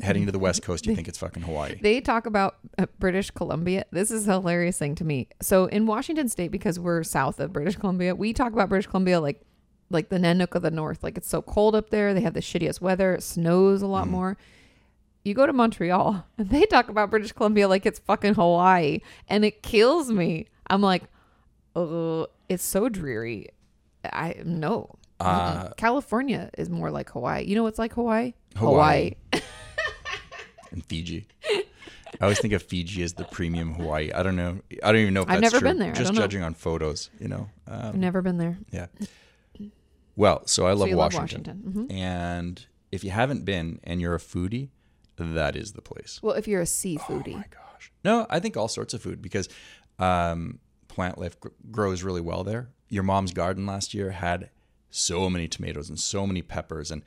Speaker 2: heading to the West Coast, you think it's fucking Hawaii.
Speaker 1: They talk about uh, British Columbia. This is a hilarious thing to me. So in Washington State, because we're south of British Columbia, we talk about British Columbia like like the Nanook of the North. Like it's so cold up there. They have the shittiest weather. It snows a lot
Speaker 2: Mm.
Speaker 1: more. You go to Montreal *laughs* and they talk about British Columbia like it's fucking Hawaii, and it kills me. I'm like, oh, it's so dreary. I no.
Speaker 2: Uh,
Speaker 1: California is more like Hawaii. You know what's like Hawaii?
Speaker 2: Hawaii. and Fiji. I always think of Fiji as the premium Hawaii. I don't know. I don't even know if
Speaker 1: I've
Speaker 2: that's
Speaker 1: never
Speaker 2: true.
Speaker 1: been there. I
Speaker 2: Just
Speaker 1: don't know.
Speaker 2: judging on photos, you know. Um,
Speaker 1: I've never been there.
Speaker 2: yeah. Well, so I love
Speaker 1: you love
Speaker 2: Washington.
Speaker 1: Washington. Mm-hmm.
Speaker 2: And if you haven't been and you're a foodie, that is the place.
Speaker 1: Well, if you're a seafoodie.
Speaker 2: Oh my gosh. No, I think all sorts of food because um, plant life gr- grows really well there. Your mom's garden last year had so many tomatoes and so many peppers, and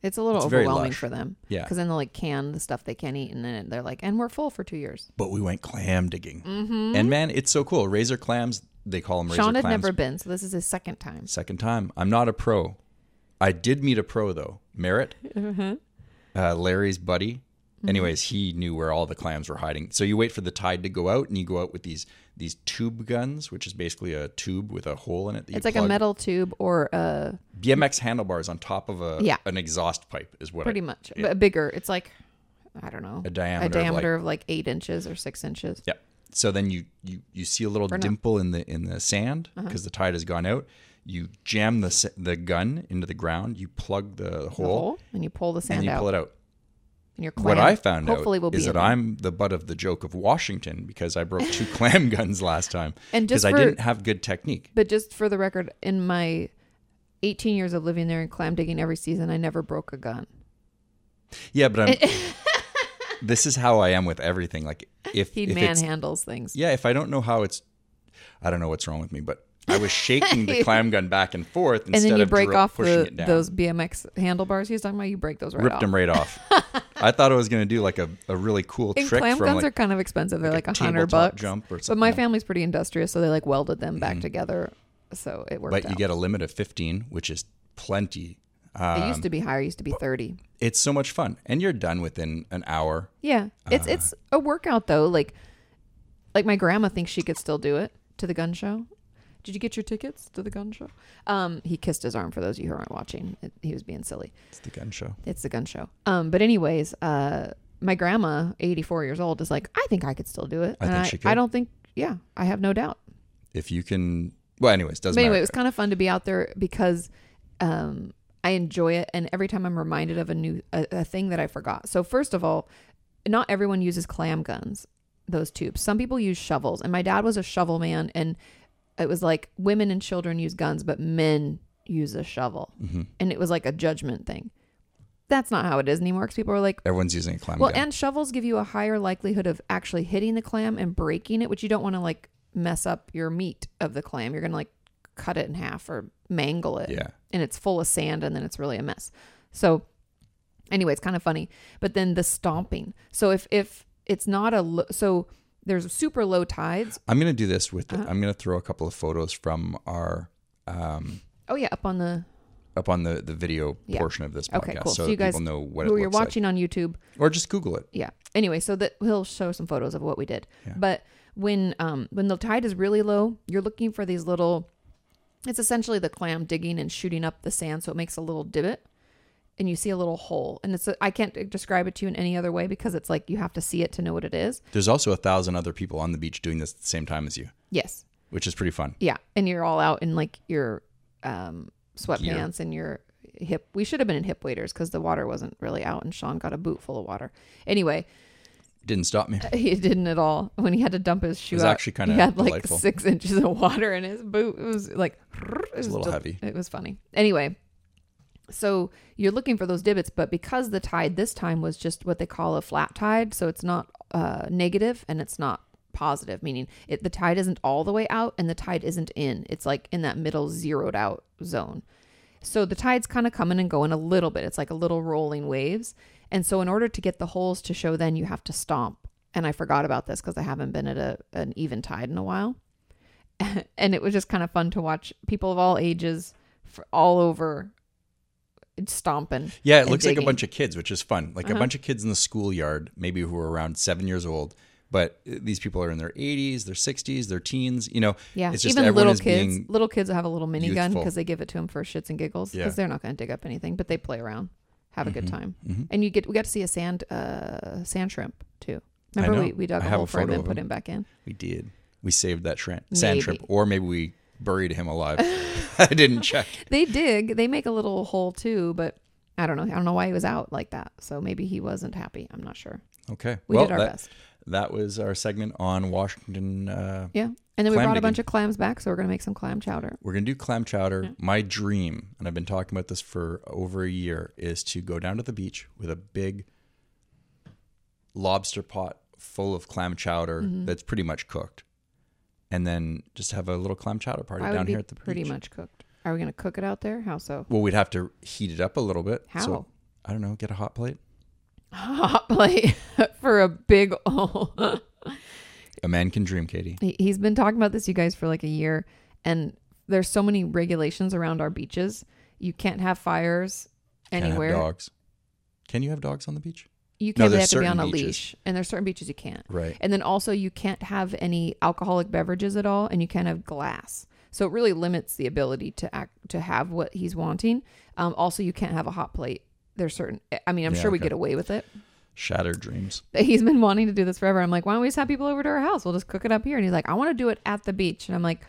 Speaker 1: It's a little
Speaker 2: It's very
Speaker 1: overwhelming
Speaker 2: lush.
Speaker 1: for them.
Speaker 2: Yeah.
Speaker 1: Because then they'll like can the stuff they can't eat and then they're like, and we're full for two years.
Speaker 2: but we went clam digging, and man, it's so cool. Razor clams, they call them razor
Speaker 1: Mm-hmm. Sean had
Speaker 2: clams.
Speaker 1: never been, so this is his second time.
Speaker 2: Second time. I'm not a pro. I did meet a pro though, Merritt,
Speaker 1: Mm-hmm.
Speaker 2: uh, Larry's buddy. Anyways, he knew where all the clams were hiding. So you wait for the tide to go out, and you go out with these these tube guns, which is basically a tube with a hole in it. That you
Speaker 1: It's like a
Speaker 2: plug.
Speaker 1: metal tube or a
Speaker 2: BMX handlebars on top of a
Speaker 1: Yeah.
Speaker 2: an exhaust pipe is what
Speaker 1: pretty
Speaker 2: I,
Speaker 1: much but bigger. It's like I don't know
Speaker 2: A diameter of,
Speaker 1: of like, eight inches or six inches.
Speaker 2: yeah. So then you you you see a little dimple in the in the sand
Speaker 1: Uh-huh.
Speaker 2: because the tide has gone out. You jam the s- the gun into the ground. You plug
Speaker 1: The
Speaker 2: the hole,
Speaker 1: hole, and you pull the
Speaker 2: and
Speaker 1: sand
Speaker 2: you
Speaker 1: out.
Speaker 2: pull it out.
Speaker 1: and your
Speaker 2: What
Speaker 1: clam
Speaker 2: I found
Speaker 1: hopefully
Speaker 2: out
Speaker 1: will be
Speaker 2: is
Speaker 1: in
Speaker 2: that
Speaker 1: there.
Speaker 2: I'm the butt of the joke of Washington because I broke
Speaker 1: *laughs*
Speaker 2: two clam guns last time
Speaker 1: And
Speaker 2: because
Speaker 1: just
Speaker 2: I
Speaker 1: for-
Speaker 2: didn't have good technique.
Speaker 1: But just for the record, in my 18 years of living there and clam digging every season, I never broke a gun.
Speaker 2: Yeah, but
Speaker 1: *laughs*
Speaker 2: I'm, this is how I am with everything. Like if
Speaker 1: He
Speaker 2: if it's
Speaker 1: manhandles things.
Speaker 2: yeah, if I don't know how it's, I don't know what's wrong with me, but I
Speaker 1: *laughs*
Speaker 2: was shaking the clam gun back and forth instead
Speaker 1: and then you
Speaker 2: of
Speaker 1: break
Speaker 2: drill-
Speaker 1: off
Speaker 2: pushing
Speaker 1: the,
Speaker 2: it down.
Speaker 1: those BMX handlebars he was talking about. You break those right
Speaker 2: ripped
Speaker 1: off.
Speaker 2: them right off.
Speaker 1: *laughs*
Speaker 2: I thought I was gonna do like a, a really cool
Speaker 1: and
Speaker 2: trick
Speaker 1: clam
Speaker 2: from
Speaker 1: guns
Speaker 2: like
Speaker 1: are kind of expensive. They're like,
Speaker 2: a
Speaker 1: a hundred
Speaker 2: tabletop
Speaker 1: bucks.
Speaker 2: jump or
Speaker 1: but
Speaker 2: something.
Speaker 1: my
Speaker 2: Yeah. Mm-hmm.
Speaker 1: family's pretty industrious, so they like welded them back together, so it worked
Speaker 2: but
Speaker 1: out.
Speaker 2: you get a limit of fifteen, which is plenty. Uh,
Speaker 1: it used to be higher. It used to be thirty.
Speaker 2: it's so much fun, and you're done within an hour.
Speaker 1: Yeah,
Speaker 2: Uh-huh.
Speaker 1: it's it's a workout though. Like, like my grandma thinks she could still do it to the gun show. Did you get your tickets to the gun show? Um, he kissed his arm for those of you who aren't watching. It, he was being silly.
Speaker 2: It's the gun show.
Speaker 1: It's the gun show. Um, but anyways, uh, my grandma, eighty four years old, is like, I think I could still do it.
Speaker 2: I
Speaker 1: and
Speaker 2: think
Speaker 1: I,
Speaker 2: she could.
Speaker 1: I don't think. Yeah, I have no doubt.
Speaker 2: If you can, well, anyways, doesn't
Speaker 1: But anyway, it
Speaker 2: matter.
Speaker 1: was kind of fun to be out there because um, I enjoy it, and every time I'm reminded of a new a, a thing that I forgot. So first of all, not everyone uses clam guns, those tubes. Some people use shovels, and my dad was a shovel man, and it was like women and children use guns, but men use a shovel,
Speaker 2: Mm-hmm.
Speaker 1: and it was like a judgment thing. That's not how it is anymore because people are like,
Speaker 2: Everyone's using a clam
Speaker 1: well,
Speaker 2: gun.
Speaker 1: and shovels give you a higher likelihood of actually hitting the clam and breaking it, which you don't want to like mess up your meat of the clam. You're going to like cut it in half or mangle it.
Speaker 2: yeah,
Speaker 1: And it's full of sand and then it's really a mess. So anyway, it's kind of funny. But then the stomping. So if if it's not a lo- so there's super low tides.
Speaker 2: I'm gonna do this
Speaker 1: Uh-huh.
Speaker 2: with. I'm gonna throw a couple of photos from our um,
Speaker 1: Oh yeah, up on the
Speaker 2: up on the the video
Speaker 1: Yeah.
Speaker 2: portion of this podcast,
Speaker 1: Okay, cool.
Speaker 2: so,
Speaker 1: So
Speaker 2: that
Speaker 1: you guys
Speaker 2: people know what it
Speaker 1: who
Speaker 2: looks
Speaker 1: you're watching on YouTube.
Speaker 2: like, or just Google it.
Speaker 1: yeah anyway so that he'll show some photos of what we did but when um when the tide is really low you're looking for these little it's essentially the clam digging and shooting up the sand so it makes a little divot and you see a little hole and it's I i can't describe it to you in any other way because it's like you have to see it to know what it is
Speaker 2: There's also a thousand other people on the beach doing this at the same time as you,
Speaker 1: yes
Speaker 2: which is pretty fun.
Speaker 1: yeah and you're all out in like your um sweatpants and your hip we should have been in hip waders because the water wasn't really out and sean got a boot full of water anyway
Speaker 2: Didn't stop me.
Speaker 1: *laughs* He didn't at all. When he had to dump his shoe,
Speaker 2: was
Speaker 1: out,
Speaker 2: actually kinda
Speaker 1: he had like
Speaker 2: delightful.
Speaker 1: six *laughs* inches of water in his boot. It was like it was
Speaker 2: a little
Speaker 1: del-
Speaker 2: heavy.
Speaker 1: It was funny. Anyway, so you're looking for those divots, but because the tide this time was just what they call a flat tide, so it's not uh, negative and it's not positive, meaning it, the tide isn't all the way out and the tide isn't in. It's like in that middle zeroed out zone. So the tide's kind of coming and going a little bit. It's like a little rolling waves. And so in order to get the holes to show, then you have to stomp and I forgot about this because I haven't been at a an eventide in a while. *laughs* and it was just kind of fun to watch people of all ages, fr all over, stomping.
Speaker 2: Yeah, it
Speaker 1: and
Speaker 2: looks like
Speaker 1: digging. Uh-huh.
Speaker 2: a bunch of kids, which is fun. Like a bunch of kids in the schoolyard, maybe who are around seven years old, but uh, these people are in their 80s, their 60s, their teens. You know,
Speaker 1: Yeah,
Speaker 2: it's just
Speaker 1: even
Speaker 2: everyone
Speaker 1: little
Speaker 2: is
Speaker 1: kids.
Speaker 2: being.
Speaker 1: little kids have a little mini gun
Speaker 2: youthful.
Speaker 1: because they give it to them for shits and giggles because
Speaker 2: Yeah. Mm-hmm.
Speaker 1: they're not going to dig up anything, but they play around, have a good time, and you get we got to see a sand uh, sand shrimp too.
Speaker 2: I
Speaker 1: Remember
Speaker 2: know.
Speaker 1: we, we dug
Speaker 2: I
Speaker 1: a
Speaker 2: have
Speaker 1: hole
Speaker 2: a
Speaker 1: for him
Speaker 2: photo
Speaker 1: and
Speaker 2: of
Speaker 1: put
Speaker 2: him.
Speaker 1: him back in.
Speaker 2: We did. We saved that shrimp, sand
Speaker 1: Maybe.
Speaker 2: shrimp, or maybe we buried
Speaker 1: *laughs*
Speaker 2: him alive. *laughs* I didn't check.
Speaker 1: They dig. They make a little hole too, but I don't know. I don't know why he was out like that. So maybe he wasn't happy. I'm not sure.
Speaker 2: Okay.
Speaker 1: We
Speaker 2: well,
Speaker 1: did our
Speaker 2: that,
Speaker 1: best.
Speaker 2: that was our segment on Washington. Uh,
Speaker 1: Yeah, and then we
Speaker 2: Clam
Speaker 1: brought a
Speaker 2: digging.
Speaker 1: bunch of clams back, so we're going to make some clam chowder.
Speaker 2: we're gonna do clam chowder. My dream, and I've been talking about this for over a year, is to go down to the beach with a big lobster pot full of clam chowder
Speaker 1: Mm-hmm.
Speaker 2: that's pretty much cooked, and then just have a little clam chowder party
Speaker 1: I
Speaker 2: down
Speaker 1: would be
Speaker 2: here at the
Speaker 1: pretty
Speaker 2: beach.
Speaker 1: much cooked. Are we going to cook it out there? How so?
Speaker 2: Well, we'd have to heat it up a little bit.
Speaker 1: How?
Speaker 2: So, I don't know. Get a hot plate.
Speaker 1: *laughs* Hot plate *laughs* for a big *laughs* oh.
Speaker 2: A man can dream, Katie.
Speaker 1: He- He's been talking about this, you guys, for like a year, and there's so many regulations around our beaches. You can't have fires
Speaker 2: Can't have
Speaker 1: anywhere.
Speaker 2: dogs. Can you have dogs on the beach?
Speaker 1: You
Speaker 2: No,
Speaker 1: can't. they have
Speaker 2: there's
Speaker 1: to be on
Speaker 2: certain
Speaker 1: a
Speaker 2: beaches.
Speaker 1: leash, and there's certain beaches you can't.
Speaker 2: Right.
Speaker 1: And then also, you can't have any alcoholic beverages at all, and you can't have glass. So it really limits the ability to act to have what he's wanting. Um, also, you can't have a hot plate. There's certain. I mean, I'm
Speaker 2: Yeah,
Speaker 1: sure we
Speaker 2: okay.
Speaker 1: get away with it.
Speaker 2: Shattered dreams.
Speaker 1: he's been wanting to do this forever. I'm like, why don't we just have people over to our house? We'll just cook it up here. And he's like, I want to do it at the beach. And I'm like,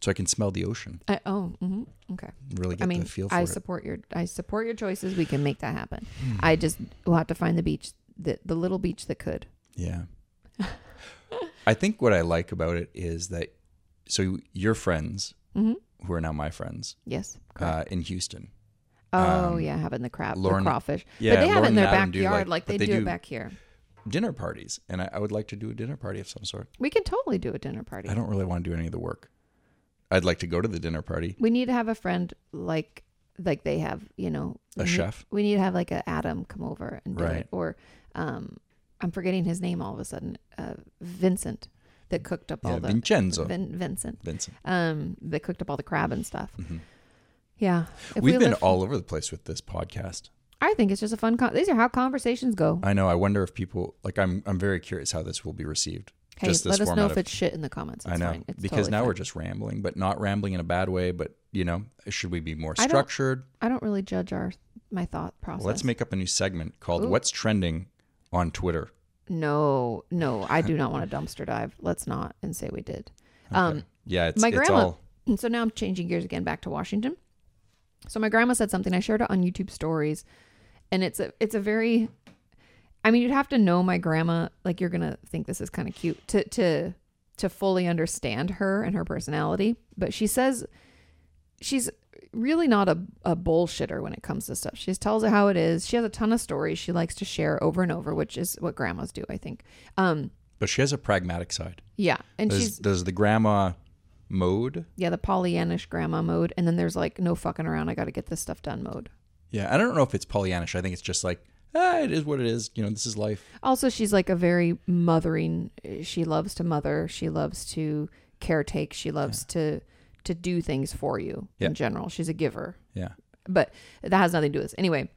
Speaker 2: So I can smell the ocean.
Speaker 1: I, oh, hmm okay.
Speaker 2: Really get
Speaker 1: I mean,
Speaker 2: the feel for
Speaker 1: I
Speaker 2: it. Hmm.
Speaker 1: support your I support your choices. We can make that happen. I just we'll have to find the beach, the the little beach that could. *laughs*
Speaker 2: Yeah. I think what I like about it is that so your friends who are now my friends
Speaker 1: Mm-hmm. Yes.
Speaker 2: uh, in Houston.
Speaker 1: Oh yeah, having the crab,
Speaker 2: Lauren-
Speaker 1: the crawfish.
Speaker 2: yeah,
Speaker 1: but they have
Speaker 2: Lauren
Speaker 1: it in their
Speaker 2: and Adam do,
Speaker 1: backyard,
Speaker 2: like-
Speaker 1: like,
Speaker 2: but
Speaker 1: they,
Speaker 2: they
Speaker 1: do,
Speaker 2: do-
Speaker 1: it back here.
Speaker 2: Dinner parties, and I, I would like to do a dinner party of some sort.
Speaker 1: We can totally do a dinner party.
Speaker 2: I don't really want to do any of the work. I'd like to go to the dinner party.
Speaker 1: We need to have a friend like like they have, you know,
Speaker 2: A
Speaker 1: we need-
Speaker 2: chef?
Speaker 1: We need to have like a Adam come over and do
Speaker 2: Right.
Speaker 1: it, or um, I'm forgetting his name all of a sudden. Uh, Vincent that cooked up all
Speaker 2: Yeah,
Speaker 1: the
Speaker 2: Vincenzo,
Speaker 1: Vin- Vincent
Speaker 2: Vincent. mm-hmm.
Speaker 1: um, that cooked up all the crab and stuff. Yeah, If
Speaker 2: We've
Speaker 1: we
Speaker 2: been
Speaker 1: live-
Speaker 2: all over the place with this podcast.
Speaker 1: I think it's just a fun. Con- These are how conversations go.
Speaker 2: I know. I wonder if people like. I'm. I'm very curious how this will be received.
Speaker 1: Hey,
Speaker 2: just this
Speaker 1: let us know
Speaker 2: format
Speaker 1: if
Speaker 2: of-
Speaker 1: it's shit in the comments. It's
Speaker 2: I know
Speaker 1: fine. It's
Speaker 2: because
Speaker 1: totally
Speaker 2: now
Speaker 1: fine.
Speaker 2: we're just rambling, but not rambling in a bad way. But you know, should we be more
Speaker 1: I don't-
Speaker 2: structured?
Speaker 1: I don't really judge our my thought process.
Speaker 2: Well, let's make up a new segment called
Speaker 1: Ooh.
Speaker 2: "What's Trending" on Twitter.
Speaker 1: no, no. I do not want to dumpster dive. Let's not and say we did. Um,
Speaker 2: Yeah, it's,
Speaker 1: my
Speaker 2: it's
Speaker 1: grandma.
Speaker 2: all
Speaker 1: And so now I'm changing gears again back to Washington. So my grandma said something I shared it on YouTube stories, and it's a it's a very, I mean you'd have to know my grandma like you're gonna think this is kind of cute to to to fully understand her and her personality. But she says she's really not a, a bullshitter when it comes to stuff. She just tells it how it is. She has a ton of stories she likes to share over and over, which is what grandmas do, I think. Um,
Speaker 2: but she has a pragmatic side.
Speaker 1: yeah, and she's
Speaker 2: There's, there's the grandma mode.
Speaker 1: Yeah, the Pollyannish grandma mode, and then there's like no fucking around. I got to get this stuff done mode.
Speaker 2: Yeah, I don't know if it's Pollyannish. I think it's just like ah, it is what it is. You know, this is life.
Speaker 1: Also, she's like a very mothering. She loves to mother. She loves to caretake. She loves to to do things for you
Speaker 2: Yeah.
Speaker 1: in general. She's a giver,
Speaker 2: Yeah,
Speaker 1: but that has nothing to do with this anyway.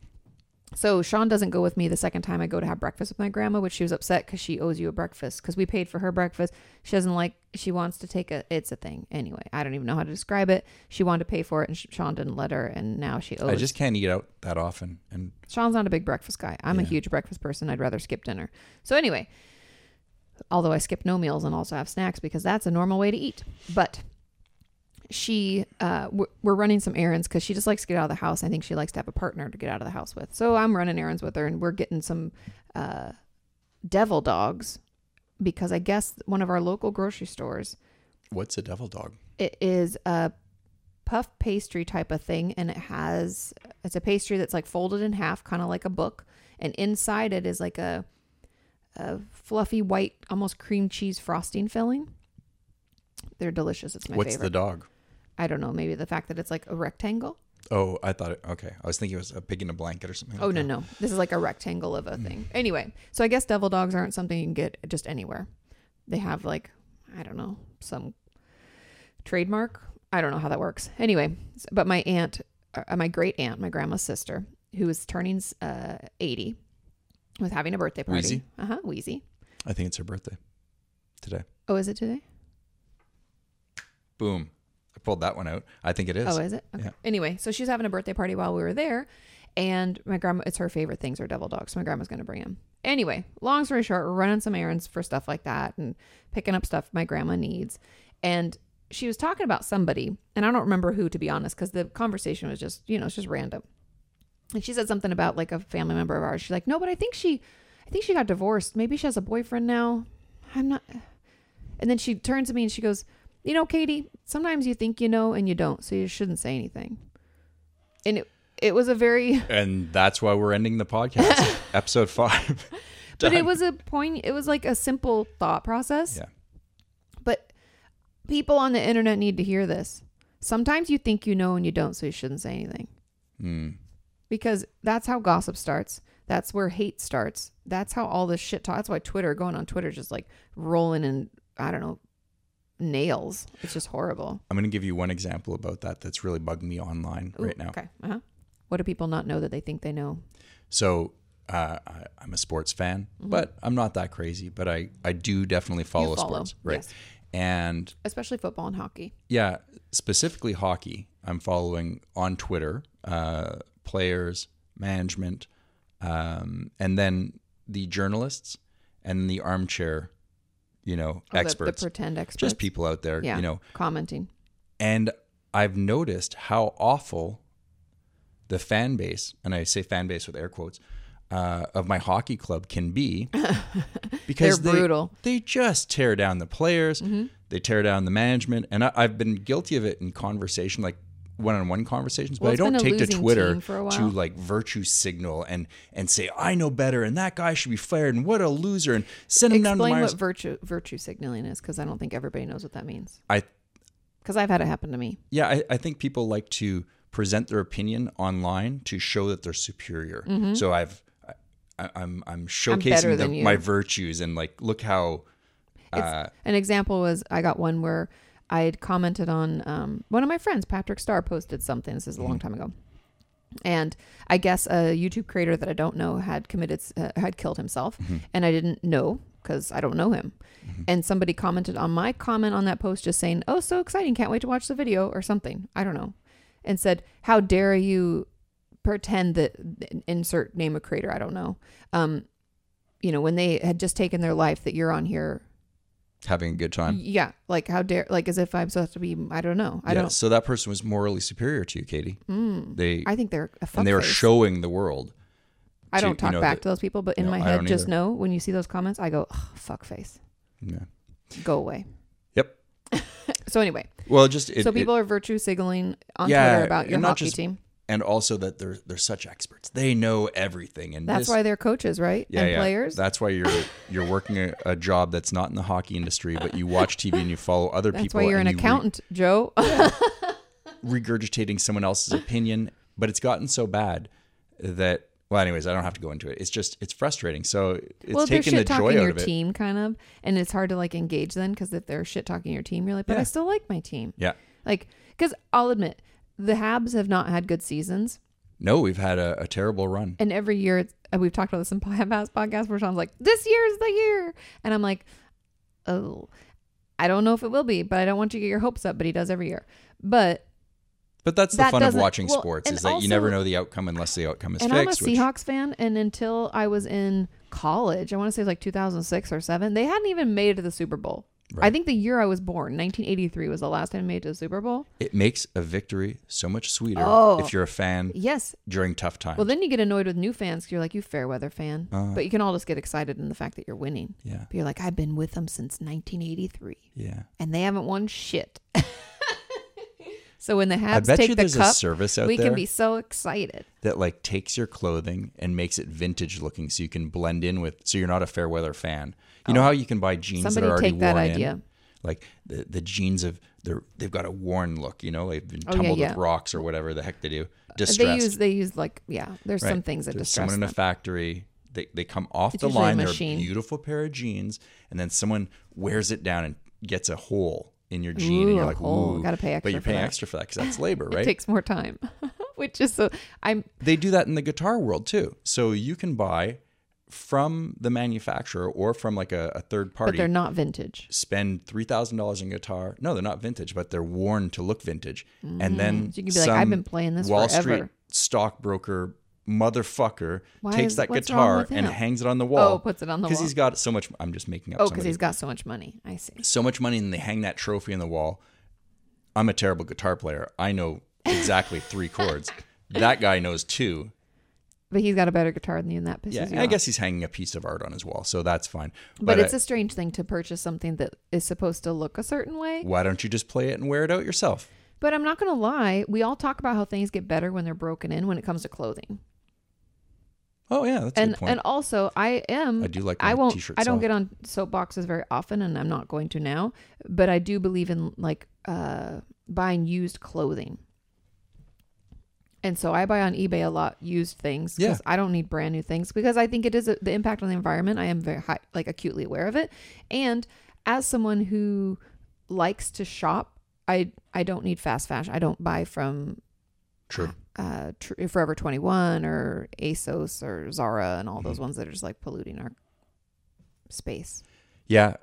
Speaker 1: So Sean doesn't go with me the second time I go to have breakfast with my grandma, which she was upset because she owes you a breakfast because we paid for her breakfast. She doesn't like. She wants to take a. It's a thing anyway. I don't even know how to describe it. She wanted to pay for it, and Sh- Sean didn't let her, and now she owes.
Speaker 2: I just can't eat out that often, and
Speaker 1: Sean's not a big breakfast guy. I'm a huge breakfast person. I'd rather skip dinner. So anyway, although I skip no meals and also have snacks because that's a normal way to eat. But she, uh, we're, we're running some errands because she just likes to get out of the house. I think she likes to have a partner to get out of the house with. So I'm running errands with her, and we're getting some uh, devil dogs because I guess one of our local grocery stores
Speaker 2: what's a devil dog?
Speaker 1: it is a puff pastry type of thing and it has it's a pastry that's like folded in half kind of like a book and inside it is like a a fluffy white almost cream cheese frosting filling they're delicious it's my
Speaker 2: what's
Speaker 1: favorite
Speaker 2: the dog?
Speaker 1: i don't know maybe the fact that it's like a rectangle
Speaker 2: Oh, I thought it. Okay, I was thinking it was a pig in a blanket or something.
Speaker 1: Oh
Speaker 2: like
Speaker 1: no
Speaker 2: that.
Speaker 1: no, this is like a rectangle of a thing. Anyway, so I guess devil dogs aren't something you can get just anywhere. They have like I don't know some trademark. I don't know how that works. Anyway, s- but my aunt, uh, my great aunt, my grandma's sister, who is turning uh, eighty, was having a birthday
Speaker 2: Wheezy?
Speaker 1: party. Uh huh. Wheezy.
Speaker 2: I think it's her birthday today.
Speaker 1: Oh, is it today?
Speaker 2: Boom! I pulled that one out. I think it is.
Speaker 1: Oh, is it? Okay.
Speaker 2: Yeah.
Speaker 1: Anyway, so she's having a birthday party while we were there, and my grandma, it's her favorite things are devil dogs. So my grandma's going to bring him. Anyway, long story short, we're running some errands for stuff like that and picking up stuff my grandma needs. And she was talking about somebody, and I don't remember who, to be honest, because the conversation was just, you know, it's just random. And she said something about like a family member of ours. She's like, no, but I think she, I think she got divorced. Maybe she has a boyfriend now. I'm not. And then she turns to me and she goes, You know, Katie, sometimes you think you know and you don't, so you shouldn't say anything. And it, it was a
Speaker 2: *laughs*
Speaker 1: very,
Speaker 2: And that's why we're ending
Speaker 1: *laughs*
Speaker 2: the podcast, episode five.
Speaker 1: but it
Speaker 2: Done.
Speaker 1: was a point, it was like a simple thought process.
Speaker 2: Yeah.
Speaker 1: But people on the internet need to hear this. Sometimes you think you know and you don't, so you shouldn't say anything.
Speaker 2: Hmm.
Speaker 1: because that's how gossip starts. That's where hate starts. That's how all this shit talk. That's why Twitter, going on Twitter, is just like rolling in, I don't know, nails. It's just horrible.
Speaker 2: I'm going to give you one example about that that's really bugged me online
Speaker 1: Ooh,
Speaker 2: right now.
Speaker 1: Okay. Uh huh. What do people not know that they think they know?
Speaker 2: So uh, I, I'm a sports fan,
Speaker 1: Mm-hmm.
Speaker 2: but I'm not that crazy. But I, I do definitely follow,
Speaker 1: follow,
Speaker 2: sports, right?
Speaker 1: yes.
Speaker 2: And
Speaker 1: Especially football and hockey.
Speaker 2: yeah, specifically hockey. I'm following on Twitter uh, players, management, um, and then the journalists and the armchair, you know,
Speaker 1: Oh, the- The,
Speaker 2: experts,
Speaker 1: pretend experts.
Speaker 2: just people out there,
Speaker 1: Yeah.
Speaker 2: you know.
Speaker 1: Commenting.
Speaker 2: And I've noticed how awful the fan base, and I say fan base with air quotes, uh, of my hockey club
Speaker 1: *laughs*
Speaker 2: can be because
Speaker 1: They're
Speaker 2: they-
Speaker 1: brutal. Mm-hmm.
Speaker 2: They, just tear down the players, they tear down the management. And I, I've been guilty of it in conversation, like one on one conversations,
Speaker 1: Well,
Speaker 2: but I
Speaker 1: it's
Speaker 2: don't
Speaker 1: been a
Speaker 2: take to
Speaker 1: losing
Speaker 2: Twitter
Speaker 1: team for a
Speaker 2: to
Speaker 1: while.
Speaker 2: like virtue signal and and say, I know better and that guy should be fired and what a loser and send him down to
Speaker 1: Explain
Speaker 2: Myers.
Speaker 1: what virtue virtue signaling is, because I don't think everybody knows what that means.
Speaker 2: I
Speaker 1: Because I've had it happen to me.
Speaker 2: Yeah, I, I think people like to present their opinion online to show that they're superior. So I've I, I'm I'm
Speaker 1: Mm-hmm. better
Speaker 2: showcasing the,
Speaker 1: than you.
Speaker 2: my virtues and like look how
Speaker 1: It's, an example was I got one where I had commented on um, one of my friends, Patrick Starr, posted something. This is a long time ago, and I guess a YouTube creator that I don't know had committed uh, had killed himself, and I didn't know because I don't know him. And somebody commented on my comment on that post, just saying, "Oh, so exciting! Can't wait to watch the video" or something. I don't know, and said, "How dare you pretend that insert name of creator? I don't know." Um, you know, when they had just taken their life, that you're on here
Speaker 2: having a good time.
Speaker 1: yeah, like how dare, like as if I'm supposed to be. I don't know. I
Speaker 2: yeah. So that person was morally superior to you, Katie. They
Speaker 1: don't. I think they're a fuckface.
Speaker 2: and they were showing the world.
Speaker 1: I
Speaker 2: to-
Speaker 1: don't
Speaker 2: you
Speaker 1: talk
Speaker 2: know,
Speaker 1: back
Speaker 2: the-
Speaker 1: to those people, but in
Speaker 2: No,
Speaker 1: my
Speaker 2: I
Speaker 1: head,
Speaker 2: don't
Speaker 1: just
Speaker 2: either.
Speaker 1: know when you see those comments, I go, Ugh, fuck face,
Speaker 2: Yeah.
Speaker 1: go away.
Speaker 2: Yep.
Speaker 1: So anyway,
Speaker 2: Well, just it,
Speaker 1: so
Speaker 2: it-
Speaker 1: people are virtue signaling on
Speaker 2: Yeah,
Speaker 1: Twitter about your
Speaker 2: and not
Speaker 1: hockey
Speaker 2: just-
Speaker 1: team.
Speaker 2: and also that they're they're such experts. They know everything. And
Speaker 1: That's
Speaker 2: this,
Speaker 1: why they're coaches, right?
Speaker 2: yeah,
Speaker 1: and
Speaker 2: yeah.
Speaker 1: players.
Speaker 2: That's why you're you're working a, a job that's not in the hockey industry, but you watch TV and you follow other
Speaker 1: That's
Speaker 2: people.
Speaker 1: why you're an
Speaker 2: and you read
Speaker 1: accountant, Joe.
Speaker 2: regurgitating someone else's opinion, but it's gotten so bad that well, anyways, I don't have to go into it. It's just it's frustrating. So
Speaker 1: *laughs*
Speaker 2: it's
Speaker 1: well, they're
Speaker 2: taking the
Speaker 1: shit
Speaker 2: joy
Speaker 1: talking
Speaker 2: out
Speaker 1: your
Speaker 2: of it.
Speaker 1: team, kind of, and it's hard to like engage then because if they're shit talking your team, you're like, but
Speaker 2: Yeah.
Speaker 1: I still like my team.
Speaker 2: Yeah.
Speaker 1: Like, because I'll admit, the Habs have not had good seasons.
Speaker 2: No, we've had a, a terrible run.
Speaker 1: and every year it's, uh, we've talked about this in *laughs* past podcast where Sean's like, "This year's the year," and I'm like, "Oh, I don't know if it will be, but I don't want you to get your hopes up." But he does every year. But
Speaker 2: But that's the
Speaker 1: that
Speaker 2: fun of
Speaker 1: doesn't-
Speaker 2: watching
Speaker 1: well,
Speaker 2: sports
Speaker 1: and
Speaker 2: is that you never
Speaker 1: also-
Speaker 2: know the outcome unless the outcome is
Speaker 1: and I'm a
Speaker 2: fixed. which-
Speaker 1: Seahawks fan, and until I was in college, I want to say it was like 2006 or seven, they hadn't even made it to the Super Bowl. I
Speaker 2: Right.
Speaker 1: think the year I was born, 1983, was the last time they made it to the Super Bowl.
Speaker 2: it makes a victory so much sweeter
Speaker 1: Oh.
Speaker 2: if you're a fan
Speaker 1: Yes.
Speaker 2: during tough times.
Speaker 1: Well, then you get annoyed with new fans. 'cause You're like, you fair weather fan, but you can all just get excited in the fact that you're winning.
Speaker 2: Uh-huh. yeah.
Speaker 1: But you're like, I've been with them since 1983.
Speaker 2: Yeah.
Speaker 1: and they haven't won shit. *laughs* so when the Habs
Speaker 2: I bet
Speaker 1: take
Speaker 2: you
Speaker 1: the
Speaker 2: there's a
Speaker 1: cup,
Speaker 2: service out
Speaker 1: we
Speaker 2: there
Speaker 1: can be so excited.
Speaker 2: that like takes your clothing and makes it vintage looking so you can blend in with so you're not a fair weather fan. You know how you can buy jeans that
Speaker 1: Oh. Somebody
Speaker 2: are already
Speaker 1: take that
Speaker 2: worn in?
Speaker 1: idea.
Speaker 2: like the, the genes of they're they've got a worn look. You know, they've been
Speaker 1: Oh, yeah,
Speaker 2: tumbled
Speaker 1: yeah.
Speaker 2: with rocks or whatever the heck they do.
Speaker 1: They
Speaker 2: Distressed.
Speaker 1: use they use like yeah. There's some
Speaker 2: Right.
Speaker 1: things that
Speaker 2: There's
Speaker 1: distress
Speaker 2: someone in
Speaker 1: them.
Speaker 2: a factory. They, they come off the
Speaker 1: usually a
Speaker 2: line. They're a
Speaker 1: machine.
Speaker 2: beautiful pair of jeans, and then someone wears it down and gets a hole in your jean, and
Speaker 1: Ooh, a
Speaker 2: you're like,
Speaker 1: hole.
Speaker 2: "Ooh!"
Speaker 1: Gotta pay
Speaker 2: but
Speaker 1: extra
Speaker 2: you're
Speaker 1: for
Speaker 2: paying
Speaker 1: that.
Speaker 2: extra for that because that's labor,
Speaker 1: *laughs*
Speaker 2: right?
Speaker 1: It takes more time, which is so. I'm
Speaker 2: they do that in the guitar world too. So you can buy from the manufacturer or from like a, a third
Speaker 1: but they're
Speaker 2: party.
Speaker 1: not vintage.
Speaker 2: Spend three thousand dollars in guitar. No, they're not vintage, but they're worn to look vintage. And then
Speaker 1: Mm. So you can be like, I've
Speaker 2: some
Speaker 1: been playing this
Speaker 2: Wall
Speaker 1: forever.
Speaker 2: Street stockbroker motherfucker
Speaker 1: Why
Speaker 2: takes
Speaker 1: is-
Speaker 2: that
Speaker 1: what's wrong
Speaker 2: guitar
Speaker 1: with
Speaker 2: and
Speaker 1: him?
Speaker 2: hangs it on the wall.
Speaker 1: Oh, puts it on the
Speaker 2: because
Speaker 1: wall.
Speaker 2: he's got so much. I'm just making up.
Speaker 1: Oh, because
Speaker 2: somebody.
Speaker 1: he's got so much money. I see.
Speaker 2: so much money, and they hang that trophy in the wall. I'm a terrible guitar player. I know exactly
Speaker 1: *laughs*
Speaker 2: three chords. That guy knows two.
Speaker 1: But he's got a better guitar than you, and that pisses
Speaker 2: Yeah,
Speaker 1: you
Speaker 2: I
Speaker 1: off.
Speaker 2: guess he's hanging a piece of art on his wall, so that's fine.
Speaker 1: But,
Speaker 2: I-
Speaker 1: it's a strange thing to purchase something that is supposed to look a certain way.
Speaker 2: why don't you just play it and wear it out yourself?
Speaker 1: But I'm not going to lie. We all talk about how things get better when they're broken in when it comes to clothing.
Speaker 2: Oh yeah, that's a
Speaker 1: and
Speaker 2: good point.
Speaker 1: and also I am
Speaker 2: I do like
Speaker 1: I
Speaker 2: my
Speaker 1: won't
Speaker 2: t-shirt
Speaker 1: I don't
Speaker 2: soft.
Speaker 1: get on soapboxes very often and I'm not going to now, but I do believe in like uh buying used clothing. And so I buy on eBay a lot used things
Speaker 2: Yeah.
Speaker 1: I don't need brand new things because I think it is a, the impact on the environment. I am very high, like acutely aware of it. And as someone who likes to shop, I I don't need fast fashion. I don't buy from *laughs*
Speaker 2: True.
Speaker 1: uh, tr- Forever 21 or ASOS or Zara and all those
Speaker 2: Mm-hmm.
Speaker 1: ones that are just like polluting our space.
Speaker 2: Yeah.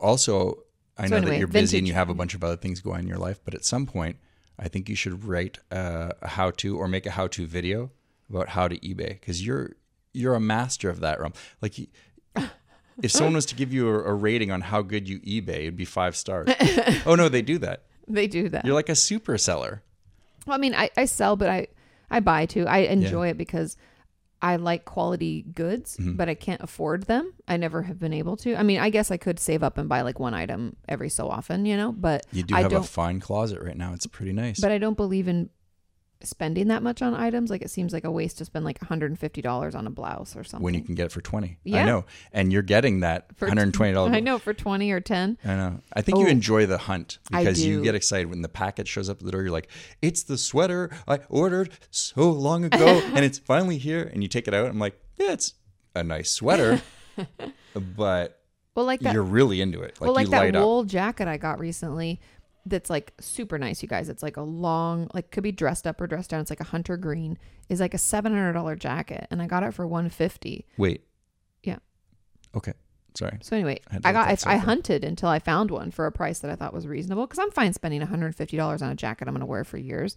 Speaker 2: Also, I
Speaker 1: So
Speaker 2: know
Speaker 1: anyway,
Speaker 2: that you're busy and
Speaker 1: vintage-
Speaker 2: you have a bunch of other things going on in your life, but at some point, I think you should write uh, a how-to or make a how-to video about how to eBay because you're you're a master of that realm. Like, y-
Speaker 1: *laughs*
Speaker 2: if someone was to give you a, a rating on how good you eBay, it'd be five
Speaker 1: *laughs*
Speaker 2: stars. oh no, they do that.
Speaker 1: They do that.
Speaker 2: You're like a super seller.
Speaker 1: Well, I mean, I, I sell, but I, I buy too. I enjoy it because I like quality goods,
Speaker 2: Mm-hmm.
Speaker 1: but I can't afford them. I never have been able to. I mean, I guess I could save up and buy like one item every so often, you know, but
Speaker 2: You do
Speaker 1: I
Speaker 2: have a
Speaker 1: don't,
Speaker 2: fine closet right now. It's pretty nice.
Speaker 1: but I don't believe in spending that much on items. Like it seems like a waste to spend like $150 on a blouse or something.
Speaker 2: when you can get it for 20.
Speaker 1: Yeah.
Speaker 2: I know. And you're getting that
Speaker 1: For- *laughs*
Speaker 2: $120.
Speaker 1: I know for 20 or 10.
Speaker 2: I know. I think
Speaker 1: Oh.
Speaker 2: you enjoy the hunt
Speaker 1: I
Speaker 2: because you
Speaker 1: do.
Speaker 2: get excited when the package shows up at the door. You're like, it's the sweater I ordered
Speaker 1: *laughs*
Speaker 2: so long ago and it's finally here. And you take it out. I'm like, yeah, it's a
Speaker 1: *laughs*
Speaker 2: nice sweater, but
Speaker 1: Well, like that
Speaker 2: you're really into it. Like,
Speaker 1: well, like
Speaker 2: you
Speaker 1: that
Speaker 2: light up.
Speaker 1: wool jacket I got recently. That's like super nice, you guys. It's like a long, like could be dressed up or dressed down. It's like a hunter green. Is like a seven hundred dollar jacket, and I got it for one fifty.
Speaker 2: Wait.
Speaker 1: Yeah.
Speaker 2: Okay. Sorry.
Speaker 1: So anyway,
Speaker 2: I had
Speaker 1: I,
Speaker 2: to
Speaker 1: got
Speaker 2: look that
Speaker 1: I, I
Speaker 2: up.
Speaker 1: hunted until I found one for a price that I thought was reasonable because I'm fine spending one hundred fifty dollars on a jacket I'm going to wear for years.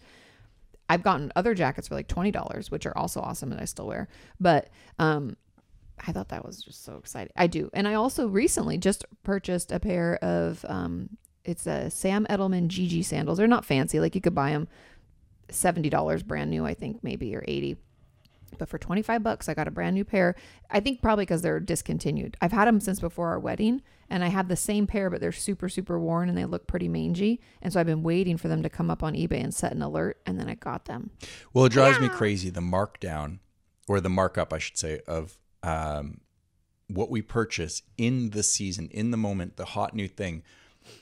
Speaker 1: I've gotten other jackets for like twenty dollars, which are also awesome and I still wear. But um, I thought that was just so exciting. I do, and I also recently just purchased a pair of um, it's a Sam Edelman GG sandals. They're not fancy, like you could buy them seventy dollars brand new, I think maybe or eighty. But for twenty five bucks, I got a brand new pair. I think probably because they're discontinued. I've had them since before our wedding, and I have the same pair, but they're super super worn and they look pretty mangy. And so I've been waiting for them to come up on eBay and set an alert, and then I got them.
Speaker 2: Well, it drives me crazy the markdown or the markup, I should say, of um, what we purchase in the season, in the moment, the hot new thing.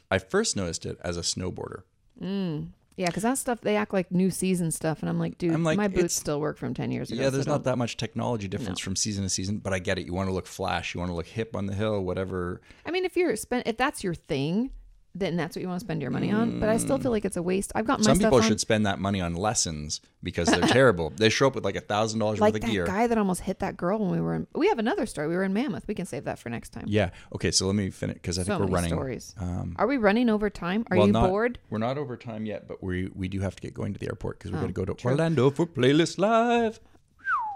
Speaker 2: I first noticed it as a snowboarder.
Speaker 1: Yeah, because that stuff they act like new season stuff, and I'm like, dude,
Speaker 2: I'm like,
Speaker 1: my boots
Speaker 2: it's-
Speaker 1: still work from ten years ago.
Speaker 2: Yeah, there's
Speaker 1: so
Speaker 2: not that much technology difference from season to season, but I get it. You want to look flash, you want to look hip on the hill, whatever.
Speaker 1: I mean, if you're spend if that's your thing, then that's what you want to spend your money on. But I still feel like it's a waste. I've got my
Speaker 2: Mm. Some
Speaker 1: stuff
Speaker 2: people
Speaker 1: on-
Speaker 2: should spend that money on lessons because they're *laughs* terrible. They show up with like a thousand dollars
Speaker 1: like
Speaker 2: worth
Speaker 1: that
Speaker 2: of gear.
Speaker 1: guy that almost hit that girl when we were in. We have another story. We were in Mammoth. We can save that for next time.
Speaker 2: Yeah. Okay, so let me finish because I
Speaker 1: so
Speaker 2: think we're
Speaker 1: many
Speaker 2: running.
Speaker 1: stories.
Speaker 2: Um,
Speaker 1: Are we running over time? Are
Speaker 2: well,
Speaker 1: you
Speaker 2: not-
Speaker 1: bored?
Speaker 2: We're not over time yet, but we we do have to get going to the airport because we're going to go to Orlando for Playlist Live.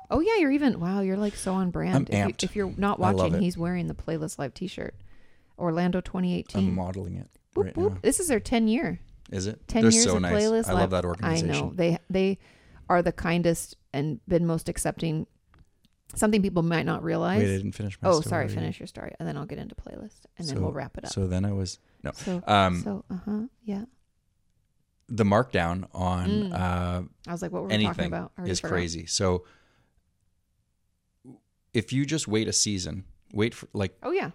Speaker 1: Oh yeah, you're even. Wow, you're like so on brand.
Speaker 2: I'm
Speaker 1: if,
Speaker 2: amped.
Speaker 1: You, are not
Speaker 2: I love
Speaker 1: watching,
Speaker 2: it.
Speaker 1: he's wearing the playlist live T-shirt, Orlando 2018.
Speaker 2: I'm modeling it
Speaker 1: Boop,
Speaker 2: right
Speaker 1: boop.
Speaker 2: now.
Speaker 1: This is their 10 year.
Speaker 2: Is it?
Speaker 1: 10
Speaker 2: They're
Speaker 1: years
Speaker 2: so
Speaker 1: of
Speaker 2: nice.
Speaker 1: playlist.
Speaker 2: I
Speaker 1: Live.
Speaker 2: love that organization.
Speaker 1: I know they they are the kindest and been most accepting. Something people might not realize.
Speaker 2: Wait, I didn't finish my
Speaker 1: oh, sorry.
Speaker 2: story.
Speaker 1: Finish your story, and then I'll get into playlist, and then
Speaker 2: So-
Speaker 1: we'll wrap it up.
Speaker 2: So then I was no.
Speaker 1: So,
Speaker 2: Um,
Speaker 1: so uh huh, yeah.
Speaker 2: the markdown on
Speaker 1: Mm.
Speaker 2: uh,
Speaker 1: I was like, what were we talking
Speaker 2: anything
Speaker 1: about? I already
Speaker 2: is
Speaker 1: forgot.
Speaker 2: crazy. So if you just wait a season, wait for like
Speaker 1: Oh yeah.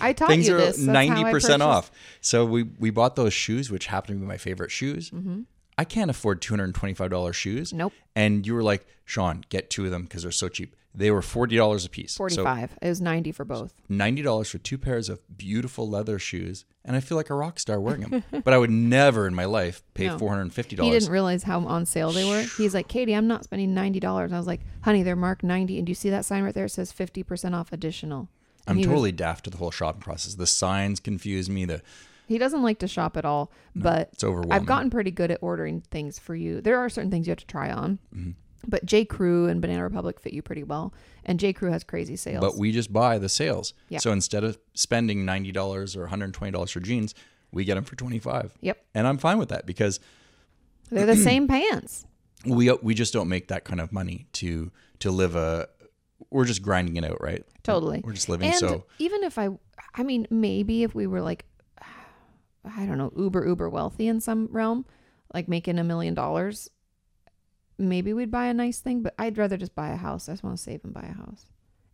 Speaker 1: I taught
Speaker 2: Things
Speaker 1: you
Speaker 2: are
Speaker 1: this. That's how I
Speaker 2: ninety
Speaker 1: purchased-
Speaker 2: percent off. So we we bought those shoes, which happen to be my favorite shoes.
Speaker 1: Mm-hmm.
Speaker 2: I can't afford two hundred and twenty five dollars shoes.
Speaker 1: Nope.
Speaker 2: And you were like, Sean, get two of them because they're so cheap. They were forty dollars a piece. So
Speaker 1: 45. it was 90 for both.
Speaker 2: ninety dollars for two pairs of beautiful leather shoes, and I feel like a rock star wearing them.
Speaker 1: *laughs*
Speaker 2: but I would never in my life pay
Speaker 1: No.
Speaker 2: four hundred and fifty
Speaker 1: He
Speaker 2: dollars.
Speaker 1: didn't realize how on sale they were. He's like, Katie, I'm not spending ninety dollars. I was like, Honey, they're marked ninety, and do you see that sign right there? It says fifty percent off additional. And
Speaker 2: I'm
Speaker 1: he was-
Speaker 2: totally daft to the whole shopping process. The signs confuse me. The
Speaker 1: he doesn't like to shop at all, but
Speaker 2: it's overwhelming.
Speaker 1: I've gotten pretty good at ordering things for you. There are certain things you have to try on,
Speaker 2: Mm-hmm.
Speaker 1: but J Crew and Banana Republic fit you pretty well, and J Crew has crazy sales.
Speaker 2: but we just buy the sales.
Speaker 1: Yeah.
Speaker 2: So instead of spending ninety dollars or one hundred and twenty dollars for jeans, we get them for twenty five,
Speaker 1: yep,
Speaker 2: and I'm fine with that because
Speaker 1: they're
Speaker 2: *clears throat*
Speaker 1: the same pants.
Speaker 2: we we just don't make that kind of money to to live a. We're just grinding it out, right?
Speaker 1: Totally.
Speaker 2: We're just living.
Speaker 1: and
Speaker 2: so
Speaker 1: even if I, I mean, maybe if we were like, I don't know, uber uber wealthy in some realm, like making a million dollars, maybe we'd buy a nice thing. But I'd rather just buy a house. I just want to save and buy a house,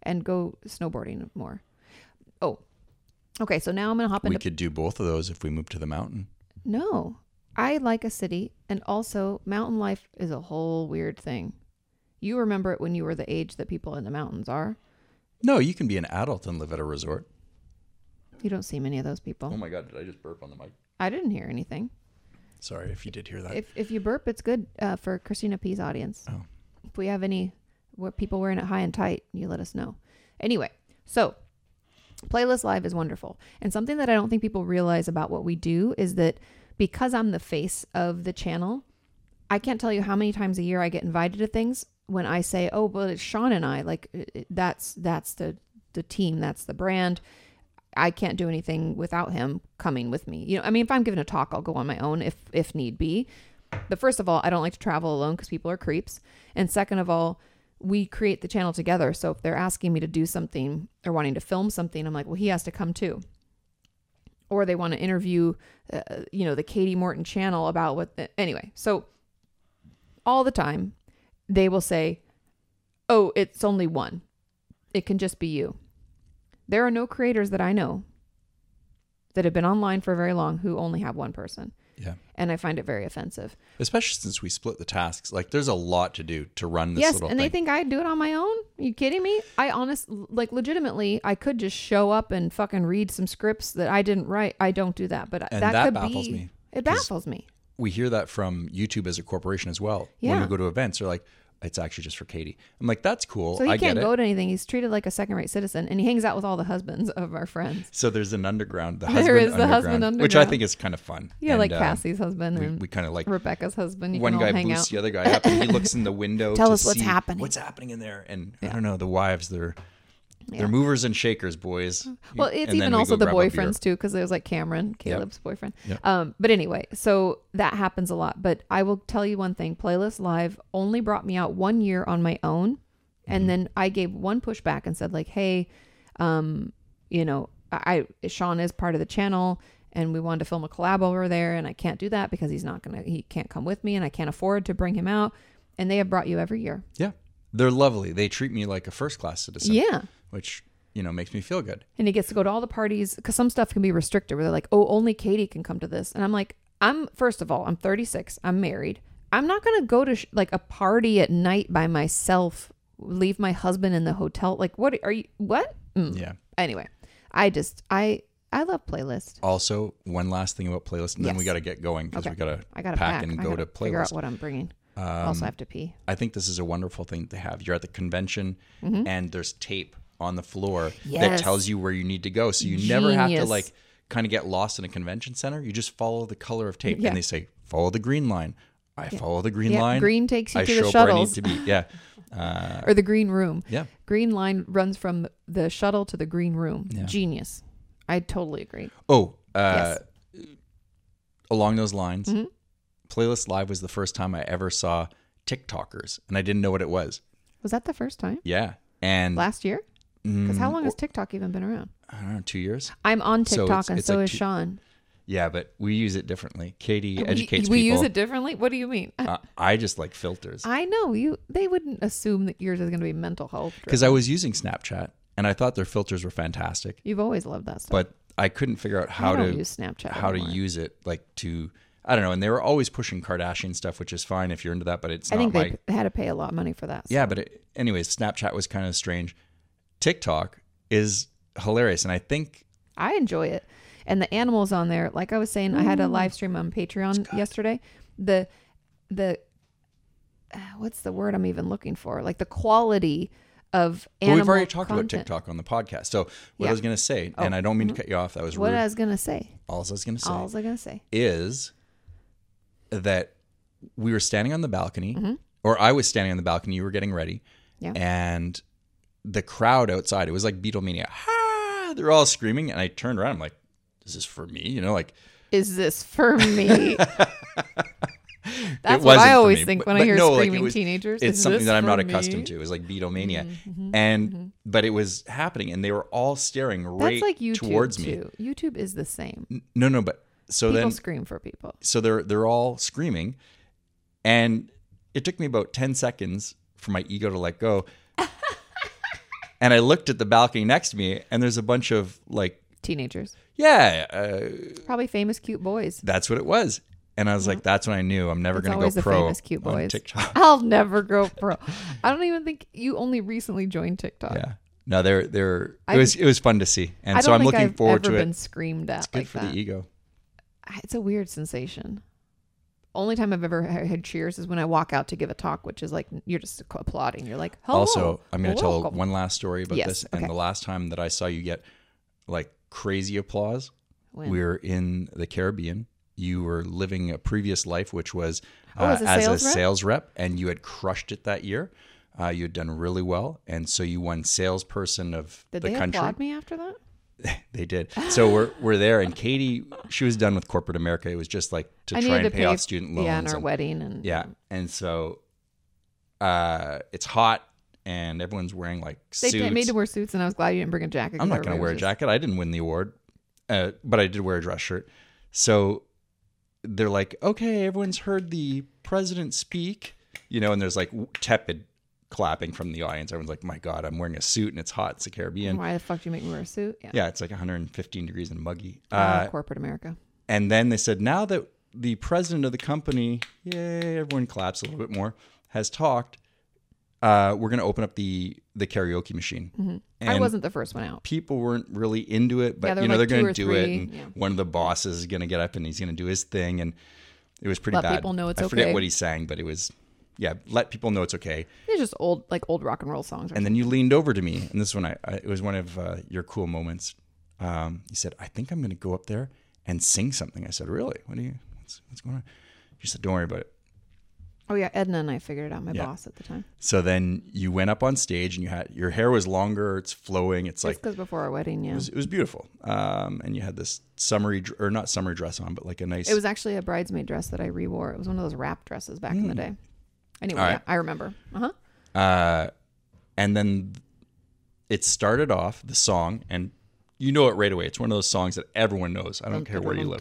Speaker 1: and go snowboarding more. Oh, okay. So now I'm gonna hop
Speaker 2: we
Speaker 1: into
Speaker 2: could do both of those if we move to the mountain.
Speaker 1: no. I like a city, and also mountain life is a whole weird thing. You remember it when you were the age that people in the mountains are.
Speaker 2: No, you can be an adult and live at a resort.
Speaker 1: You don't see many of those people.
Speaker 2: Oh my god, did I just burp on the mic?
Speaker 1: I didn't hear anything.
Speaker 2: Sorry if you did hear that.
Speaker 1: if if you burp, it's good uh, for Christina P's audience.
Speaker 2: Oh.
Speaker 1: If we have any what people wearing it high and tight, you let us know. Anyway, so playlist live is wonderful, and something that I don't think people realize about what we do is that because I'm the face of the channel, I can't tell you how many times a year I get invited to things when I say, "Oh, but it's Sean and I." Like it- it- that's that's the the team, that's the brand. I can't do anything without him coming with me. You know, I mean, if I'm giving a talk, I'll go on my own if if need be. But first of all, I don't like to travel alone because people are creeps. And second of all, we create the channel together. So if they're asking me to do something or wanting to film something, I'm like, well, he has to come too. Or they want to interview, uh, you know, the Katie Morton channel about what. anyway, so all the time, they will say, oh, it's only one. It can just be you. There are no creators that I know that have been online for very long who only have one person.
Speaker 2: yeah.
Speaker 1: And I find it very offensive.
Speaker 2: Especially since we split the tasks. Like there's a lot to do to run this
Speaker 1: yes,
Speaker 2: little
Speaker 1: and
Speaker 2: thing.
Speaker 1: they think I do it on my own. you kidding me? I honest, like, legitimately, I could just show up and fucking read some scripts that I didn't write. I don't do that, but
Speaker 2: And
Speaker 1: that,
Speaker 2: that
Speaker 1: could
Speaker 2: baffles
Speaker 1: be.
Speaker 2: me,
Speaker 1: It baffles me.
Speaker 2: we hear that from YouTube as a corporation as well. When
Speaker 1: Yeah.
Speaker 2: we go to events, they're like, it's actually just for Katie. I'm like, that's cool.
Speaker 1: So he
Speaker 2: I get
Speaker 1: can't
Speaker 2: it.
Speaker 1: go to anything. He's treated like a second-rate citizen, and he hangs out with all the husbands of our friends.
Speaker 2: so there's an underground.
Speaker 1: *laughs*
Speaker 2: The
Speaker 1: There
Speaker 2: husband
Speaker 1: is the
Speaker 2: underground,
Speaker 1: husband
Speaker 2: Which I
Speaker 1: underground.
Speaker 2: think is kind of fun.
Speaker 1: Yeah,
Speaker 2: And,
Speaker 1: like
Speaker 2: uh,
Speaker 1: Cassie's husband
Speaker 2: We,
Speaker 1: and
Speaker 2: we kind of like
Speaker 1: Rebecca's husband. You
Speaker 2: one
Speaker 1: can all
Speaker 2: guy
Speaker 1: hang
Speaker 2: boosts
Speaker 1: out.
Speaker 2: the other guy up and he
Speaker 1: *laughs*
Speaker 2: looks in the window.
Speaker 1: Tell
Speaker 2: to
Speaker 1: us what's
Speaker 2: see
Speaker 1: happening.
Speaker 2: What's happening in there? And I
Speaker 1: Yeah.
Speaker 2: don't know, the wives, they're.
Speaker 1: Yeah.
Speaker 2: They're movers and shakers, boys. You-
Speaker 1: Well, it's
Speaker 2: and then
Speaker 1: even
Speaker 2: we
Speaker 1: also
Speaker 2: go
Speaker 1: the
Speaker 2: grab a beer.
Speaker 1: boyfriends too, because there's like Cameron, Caleb's boyfriend.
Speaker 2: Yep.
Speaker 1: Um, but anyway, so that happens a lot. But I will tell you one thing: Playlist Live only brought me out one year on my own,
Speaker 2: Mm-hmm.
Speaker 1: and then I gave one pushback and said like, "Hey, um, you know, I I- Sean is part of the channel." And we wanted to film a collab over there, and I can't do that because he's not gonna, he can't come with me, and I can't afford to bring him out. And they have brought you every year.
Speaker 2: Yeah. They're lovely. They treat me like a first class citizen,
Speaker 1: yeah.
Speaker 2: which, you know, makes me feel good.
Speaker 1: and he gets to go to all the parties because some stuff can be restricted where they're like oh only katie can come to this and i'm like i'm first of all i'm 36 i'm married i'm not going to go to sh- like a party at night by myself leave my husband in the hotel like what are you what Mm.
Speaker 2: Yeah.
Speaker 1: anyway i just i i love playlist
Speaker 2: Also, one last thing about playlist, and then we
Speaker 1: Yes.
Speaker 2: got to get going because
Speaker 1: Okay.
Speaker 2: we got to
Speaker 1: i gotta
Speaker 2: pack,
Speaker 1: pack,
Speaker 2: and
Speaker 1: I
Speaker 2: go
Speaker 1: gotta
Speaker 2: to Um,
Speaker 1: figure out
Speaker 2: playlist.
Speaker 1: what i'm bringing also i have to pee
Speaker 2: I think this is a wonderful thing to have. You're at the convention, and there's tape on the floor that
Speaker 1: Mm-hmm. Yes.
Speaker 2: tells you where you need to go, so you never have to
Speaker 1: Genius.
Speaker 2: like kind of get lost in a convention center. You just follow the color of tape,
Speaker 1: Yeah.
Speaker 2: and they say follow the green line. I follow the green
Speaker 1: Yeah,
Speaker 2: line.
Speaker 1: green takes you
Speaker 2: I
Speaker 1: to the
Speaker 2: show up where I need
Speaker 1: shuttles.
Speaker 2: to be. Yeah, uh,
Speaker 1: or the green room
Speaker 2: yeah.
Speaker 1: green line runs from the shuttle to the green room genius i totally agree
Speaker 2: Oh, uh, along those lines,
Speaker 1: Mm-hmm.
Speaker 2: playlist live was the first time I ever saw TikTokers, and I didn't know what it was.
Speaker 1: was that the first time
Speaker 2: Yeah, and
Speaker 1: last year because how long has tiktok even been around
Speaker 2: I don't know, two years.
Speaker 1: I'm on
Speaker 2: Mm, So
Speaker 1: TikTok
Speaker 2: it's-
Speaker 1: and
Speaker 2: it's
Speaker 1: so
Speaker 2: like
Speaker 1: is
Speaker 2: two-
Speaker 1: Sean.
Speaker 2: Yeah, but we use it differently. Katie
Speaker 1: We-
Speaker 2: educates
Speaker 1: we,
Speaker 2: people.
Speaker 1: use it differently. What do you mean? I,
Speaker 2: Uh, I just like filters
Speaker 1: know you. They wouldn't assume that yours is going to be mental health.
Speaker 2: because I was using Snapchat and I thought their filters were fantastic,
Speaker 1: You've always loved that stuff.
Speaker 2: but I couldn't figure out how
Speaker 1: I don't
Speaker 2: to
Speaker 1: use Snapchat.
Speaker 2: how to
Speaker 1: anymore.
Speaker 2: use it, like to I don't know. And they were always pushing Kardashian stuff, which is fine if you're into that, but it's
Speaker 1: I
Speaker 2: not
Speaker 1: think
Speaker 2: my
Speaker 1: they p- had to pay a lot of money for that. so-
Speaker 2: yeah. But it, anyways, Snapchat was kind of strange. TikTok is hilarious, and I think
Speaker 1: I enjoy it. And the animals on there, like I was saying, I
Speaker 2: Mm.
Speaker 1: had a live stream on Patreon yesterday. The the uh, what's the word I'm even looking for? Like the quality of
Speaker 2: But
Speaker 1: animal
Speaker 2: we've already talked
Speaker 1: content.
Speaker 2: about TikTok on the podcast. So what
Speaker 1: Yeah. Oh, mm-hmm.
Speaker 2: I was going to say, and I don't mean to cut you off. That was
Speaker 1: What
Speaker 2: rude.
Speaker 1: I was gonna say.
Speaker 2: All I was going to say
Speaker 1: All I was gonna say.
Speaker 2: is that we were standing on the balcony, or I was standing on the balcony. You were getting ready,
Speaker 1: Mm-hmm. Yeah.
Speaker 2: and the crowd outside. It was like Beatlemania. Ah, they're all screaming, and I turned around. I'm like, "Is this for me?" You know, like
Speaker 1: Is this for
Speaker 2: *laughs*
Speaker 1: me? That's
Speaker 2: it
Speaker 1: what
Speaker 2: wasn't
Speaker 1: I
Speaker 2: for
Speaker 1: always
Speaker 2: me,
Speaker 1: think
Speaker 2: but-
Speaker 1: when I
Speaker 2: but
Speaker 1: hear
Speaker 2: no, like, it
Speaker 1: screaming
Speaker 2: was-
Speaker 1: teenagers.
Speaker 2: It's
Speaker 1: "Is
Speaker 2: something
Speaker 1: this
Speaker 2: that I'm
Speaker 1: for
Speaker 2: not
Speaker 1: me?" Mm-hmm,
Speaker 2: accustomed to. It was like Beatlemania, and but it was happening, and they were all staring right
Speaker 1: That's like YouTube
Speaker 2: towards me.
Speaker 1: too. YouTube is the same.
Speaker 2: No, no, but so
Speaker 1: people
Speaker 2: then
Speaker 1: scream for people.
Speaker 2: so they're they're all screaming and it took me about 10 seconds for my ego to
Speaker 1: *laughs*
Speaker 2: let go and i looked at the balcony next to me and there's a bunch of like
Speaker 1: Teenagers,
Speaker 2: yeah uh,
Speaker 1: probably famous cute boys. *laughs*
Speaker 2: that's what it was and i was like that's when i knew i'm never
Speaker 1: It's
Speaker 2: going to
Speaker 1: always
Speaker 2: go
Speaker 1: the
Speaker 2: pro
Speaker 1: famous cute
Speaker 2: on
Speaker 1: boys.
Speaker 2: tiktok *laughs*
Speaker 1: I'll never go pro. I don't even think you only recently joined TikTok.
Speaker 2: yeah no they're they're
Speaker 1: I-
Speaker 2: it was it was fun to see
Speaker 1: I
Speaker 2: and
Speaker 1: don't
Speaker 2: so i'm
Speaker 1: think
Speaker 2: looking
Speaker 1: I've
Speaker 2: forward
Speaker 1: ever
Speaker 2: to
Speaker 1: been
Speaker 2: it
Speaker 1: screamed at
Speaker 2: it's good
Speaker 1: like
Speaker 2: for
Speaker 1: that.
Speaker 2: the ego
Speaker 1: It's a weird sensation. Only time I've ever ha- had cheers is when I walk out to give a talk, which is like you're just applauding. You're like, hello.
Speaker 2: also i'm going to tell
Speaker 1: Oh, welcome."
Speaker 2: one last story about
Speaker 1: Yes,
Speaker 2: this and
Speaker 1: okay.
Speaker 2: the last time that i saw you get like crazy applause
Speaker 1: When?
Speaker 2: we were in the Caribbean. You were living a previous life, which was uh,
Speaker 1: Oh, as a
Speaker 2: as
Speaker 1: sales
Speaker 2: a
Speaker 1: rep?
Speaker 2: sales rep, and you had crushed it that year. Uh, you had done really well, and so you won salesperson of
Speaker 1: Did
Speaker 2: the
Speaker 1: they
Speaker 2: country.
Speaker 1: applaud me after that?
Speaker 2: They
Speaker 1: *laughs*
Speaker 2: did. So we're we're there, and Katie, she was done with corporate America. It was just like to
Speaker 1: I
Speaker 2: try
Speaker 1: needed
Speaker 2: and
Speaker 1: to
Speaker 2: pay,
Speaker 1: pay
Speaker 2: off student loans.
Speaker 1: Yeah, and our
Speaker 2: and-
Speaker 1: wedding and
Speaker 2: yeah, and so uh, it's hot, and everyone's wearing like
Speaker 1: They
Speaker 2: suits.
Speaker 1: t- made to wear suits, and I was glad you didn't bring a jacket. 'cause
Speaker 2: I'm not going
Speaker 1: everybody
Speaker 2: to wear a
Speaker 1: was just-
Speaker 2: jacket. I didn't win the award, uh, but I did wear a dress shirt. So they're like, okay, everyone's heard the president speak, you know, and there's like tepid clapping from the audience. Everyone's like, my God, I'm wearing a suit and it's hot. It's the Caribbean.
Speaker 1: Why the fuck do you make me wear a suit? Yeah,
Speaker 2: Yeah, it's like 115 degrees and muggy.
Speaker 1: Ah,
Speaker 2: Uh,
Speaker 1: corporate America.
Speaker 2: and then they said, now that the president of the company, yay, everyone claps a little bit more, has talked, uh, we're going to open up the the karaoke machine.
Speaker 1: Mm-hmm. I
Speaker 2: And-
Speaker 1: wasn't the first one out.
Speaker 2: people weren't really into it, but
Speaker 1: Yeah, there
Speaker 2: you
Speaker 1: were
Speaker 2: know
Speaker 1: like
Speaker 2: they're
Speaker 1: two
Speaker 2: going
Speaker 1: or
Speaker 2: to do
Speaker 1: three,
Speaker 2: it. And
Speaker 1: yeah.
Speaker 2: One of the bosses is going to get up and he's going to do his thing, and it was pretty
Speaker 1: Let
Speaker 2: bad.
Speaker 1: people know it's
Speaker 2: I
Speaker 1: okay.
Speaker 2: forget what he sang, but it was yeah. Let people know it's okay.
Speaker 1: It's just old, like old rock and roll songs. Or
Speaker 2: And then you leaned over to me, and this one I, I it was one of uh, your cool moments. Um, you said, "I think I'm going to go up there and sing something." I said, "Really? What do you? What's, what's going on?" You said, "Don't worry about it."
Speaker 1: Oh yeah, Edna and I figured it out. My
Speaker 2: Yeah.
Speaker 1: boss at the time.
Speaker 2: So then you went up on stage, and you had your hair was longer. It's flowing. It's like
Speaker 1: Just because before our wedding, yeah, it
Speaker 2: It was,
Speaker 1: was,
Speaker 2: it was beautiful. Um, and you had this summery dr- or not summer dress on, but like a nice.
Speaker 1: actually a bridesmaid dress that I rewore. It was one of those wrap dresses back in the day. Anyway,
Speaker 2: Hmm. All
Speaker 1: yeah,
Speaker 2: right.
Speaker 1: I remember. Uh huh.
Speaker 2: uh, and then it started off the song, and you know it right away. It's one of those songs that everyone knows. I don't care where you live.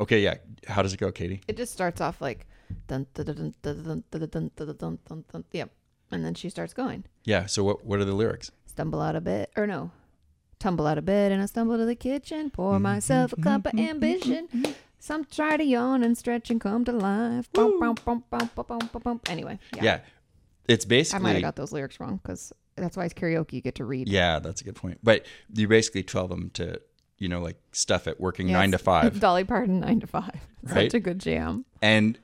Speaker 2: Okay, yeah. How does it go, Katie?
Speaker 1: Mm-hmm. It just starts off like, dun, dun, dun, dun, dun, dun, dun, dun, dun, dun, dun. yep, and then she starts going.
Speaker 2: Yeah. So what what are the lyrics?
Speaker 1: Stumble out of bed, or no, tumble out of bed, and I stumble to the kitchen.
Speaker 2: Mm-hmm,
Speaker 1: Pour myself a cup of ambition. Some try to yawn and stretch and come to life. Bum, bum, bum, bum, bum, bum, bum, bum. Anyway,
Speaker 2: Yeah. It's
Speaker 1: I might have
Speaker 2: basically.
Speaker 1: got those lyrics wrong because that's why it's karaoke. You get to read.
Speaker 2: yeah, that's a good point. But you basically tell them to you know like stuff it, working
Speaker 1: Yes.
Speaker 2: nine to
Speaker 1: *laughs*
Speaker 2: five,
Speaker 1: Dolly Parton, nine to five. *laughs* Such
Speaker 2: Right?
Speaker 1: a good jam.
Speaker 2: and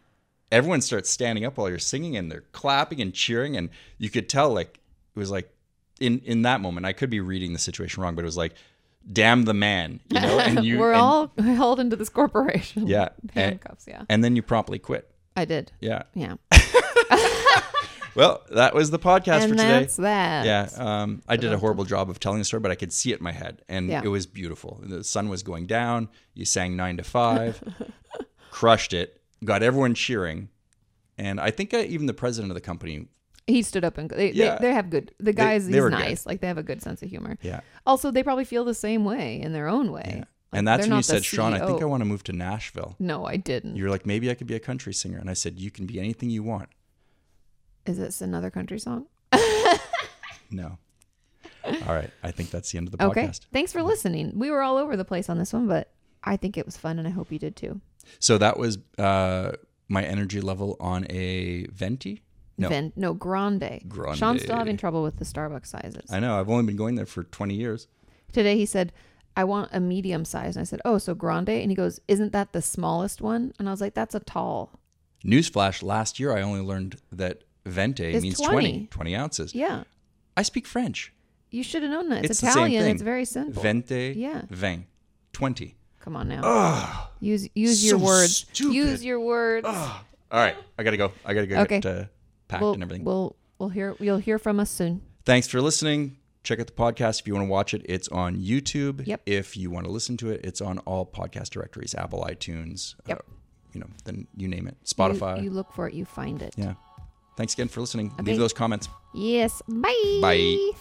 Speaker 2: everyone starts standing up while you're singing and they're clapping and cheering and you could tell like it was like in in that moment i could be reading the situation wrong but it was like damn the man
Speaker 1: *laughs*
Speaker 2: you know and you
Speaker 1: We're
Speaker 2: and,
Speaker 1: all held into this corporation. *laughs*
Speaker 2: yeah and,
Speaker 1: Handcuffs. Yeah.
Speaker 2: and then you promptly quit
Speaker 1: I did.
Speaker 2: yeah
Speaker 1: Yeah.
Speaker 2: well that was the podcast for
Speaker 1: and
Speaker 2: today
Speaker 1: that's that.
Speaker 2: yeah um, i did a horrible job of telling the story but i could see it in my head and
Speaker 1: Yeah.
Speaker 2: it was beautiful the sun was going down you sang nine
Speaker 1: *laughs*
Speaker 2: to five crushed it got everyone cheering and i think I, even the president of the company
Speaker 1: He stood up and they,
Speaker 2: Yeah.
Speaker 1: they, they have good, the guys,
Speaker 2: they
Speaker 1: he's
Speaker 2: were good.
Speaker 1: nice. Like they have a good sense of humor.
Speaker 2: yeah
Speaker 1: Also, they probably feel the same way in their own way. Like,
Speaker 2: and that's
Speaker 1: they're
Speaker 2: when
Speaker 1: not
Speaker 2: you
Speaker 1: the E
Speaker 2: said, Sean, I think I
Speaker 1: CEO."
Speaker 2: want to move to Nashville.
Speaker 1: No, I didn't.
Speaker 2: You were like, maybe I could be a country singer. And I said, you can be anything you want.
Speaker 1: *laughs* Is this another country song?
Speaker 2: No. All right. I think that's the end of the
Speaker 1: Okay.
Speaker 2: podcast.
Speaker 1: Thanks for listening. We were all over the place on this one, but I think it was fun and I hope you did too.
Speaker 2: So that was uh, my energy level on a venti. No.
Speaker 1: Vin- no grande.
Speaker 2: Grande.
Speaker 1: Sean's still having trouble with the Starbucks sizes.
Speaker 2: I know. I've only been going there for 20 years.
Speaker 1: Today he said, I want a medium size. And I said, Oh, so grande? And he goes, Isn't that the smallest one? And I was like, That's a tall.
Speaker 2: Newsflash, last year I only learned that venti
Speaker 1: It's
Speaker 2: means
Speaker 1: 20.
Speaker 2: 20, 20 ounces.
Speaker 1: Yeah.
Speaker 2: I speak French.
Speaker 1: You should have known that. It's,
Speaker 2: It's the same
Speaker 1: Italian.
Speaker 2: thing.
Speaker 1: It's very simple.
Speaker 2: Vente,
Speaker 1: Yeah.
Speaker 2: ving, 20.
Speaker 1: Come on now. use use your
Speaker 2: Ah, so
Speaker 1: words.
Speaker 2: stupid.
Speaker 1: Use your words.
Speaker 2: All right. I got to go. I got to go
Speaker 1: Okay.
Speaker 2: get uh, packed
Speaker 1: we'll,
Speaker 2: and everything.
Speaker 1: we'll we'll hear you'll hear from us soon.
Speaker 2: Thanks for listening. Check out the podcast if you want to watch it. It's on YouTube.
Speaker 1: Yep.
Speaker 2: If you want to listen to it, it's on all podcast directories: Apple, iTunes, uh,
Speaker 1: Yep.
Speaker 2: you know, then you name it,
Speaker 1: You-
Speaker 2: Spotify.
Speaker 1: You, look for it, you find it.
Speaker 2: yeah. Thanks again for listening.
Speaker 1: Okay.
Speaker 2: Leave those comments.
Speaker 1: Yes.
Speaker 2: Bye.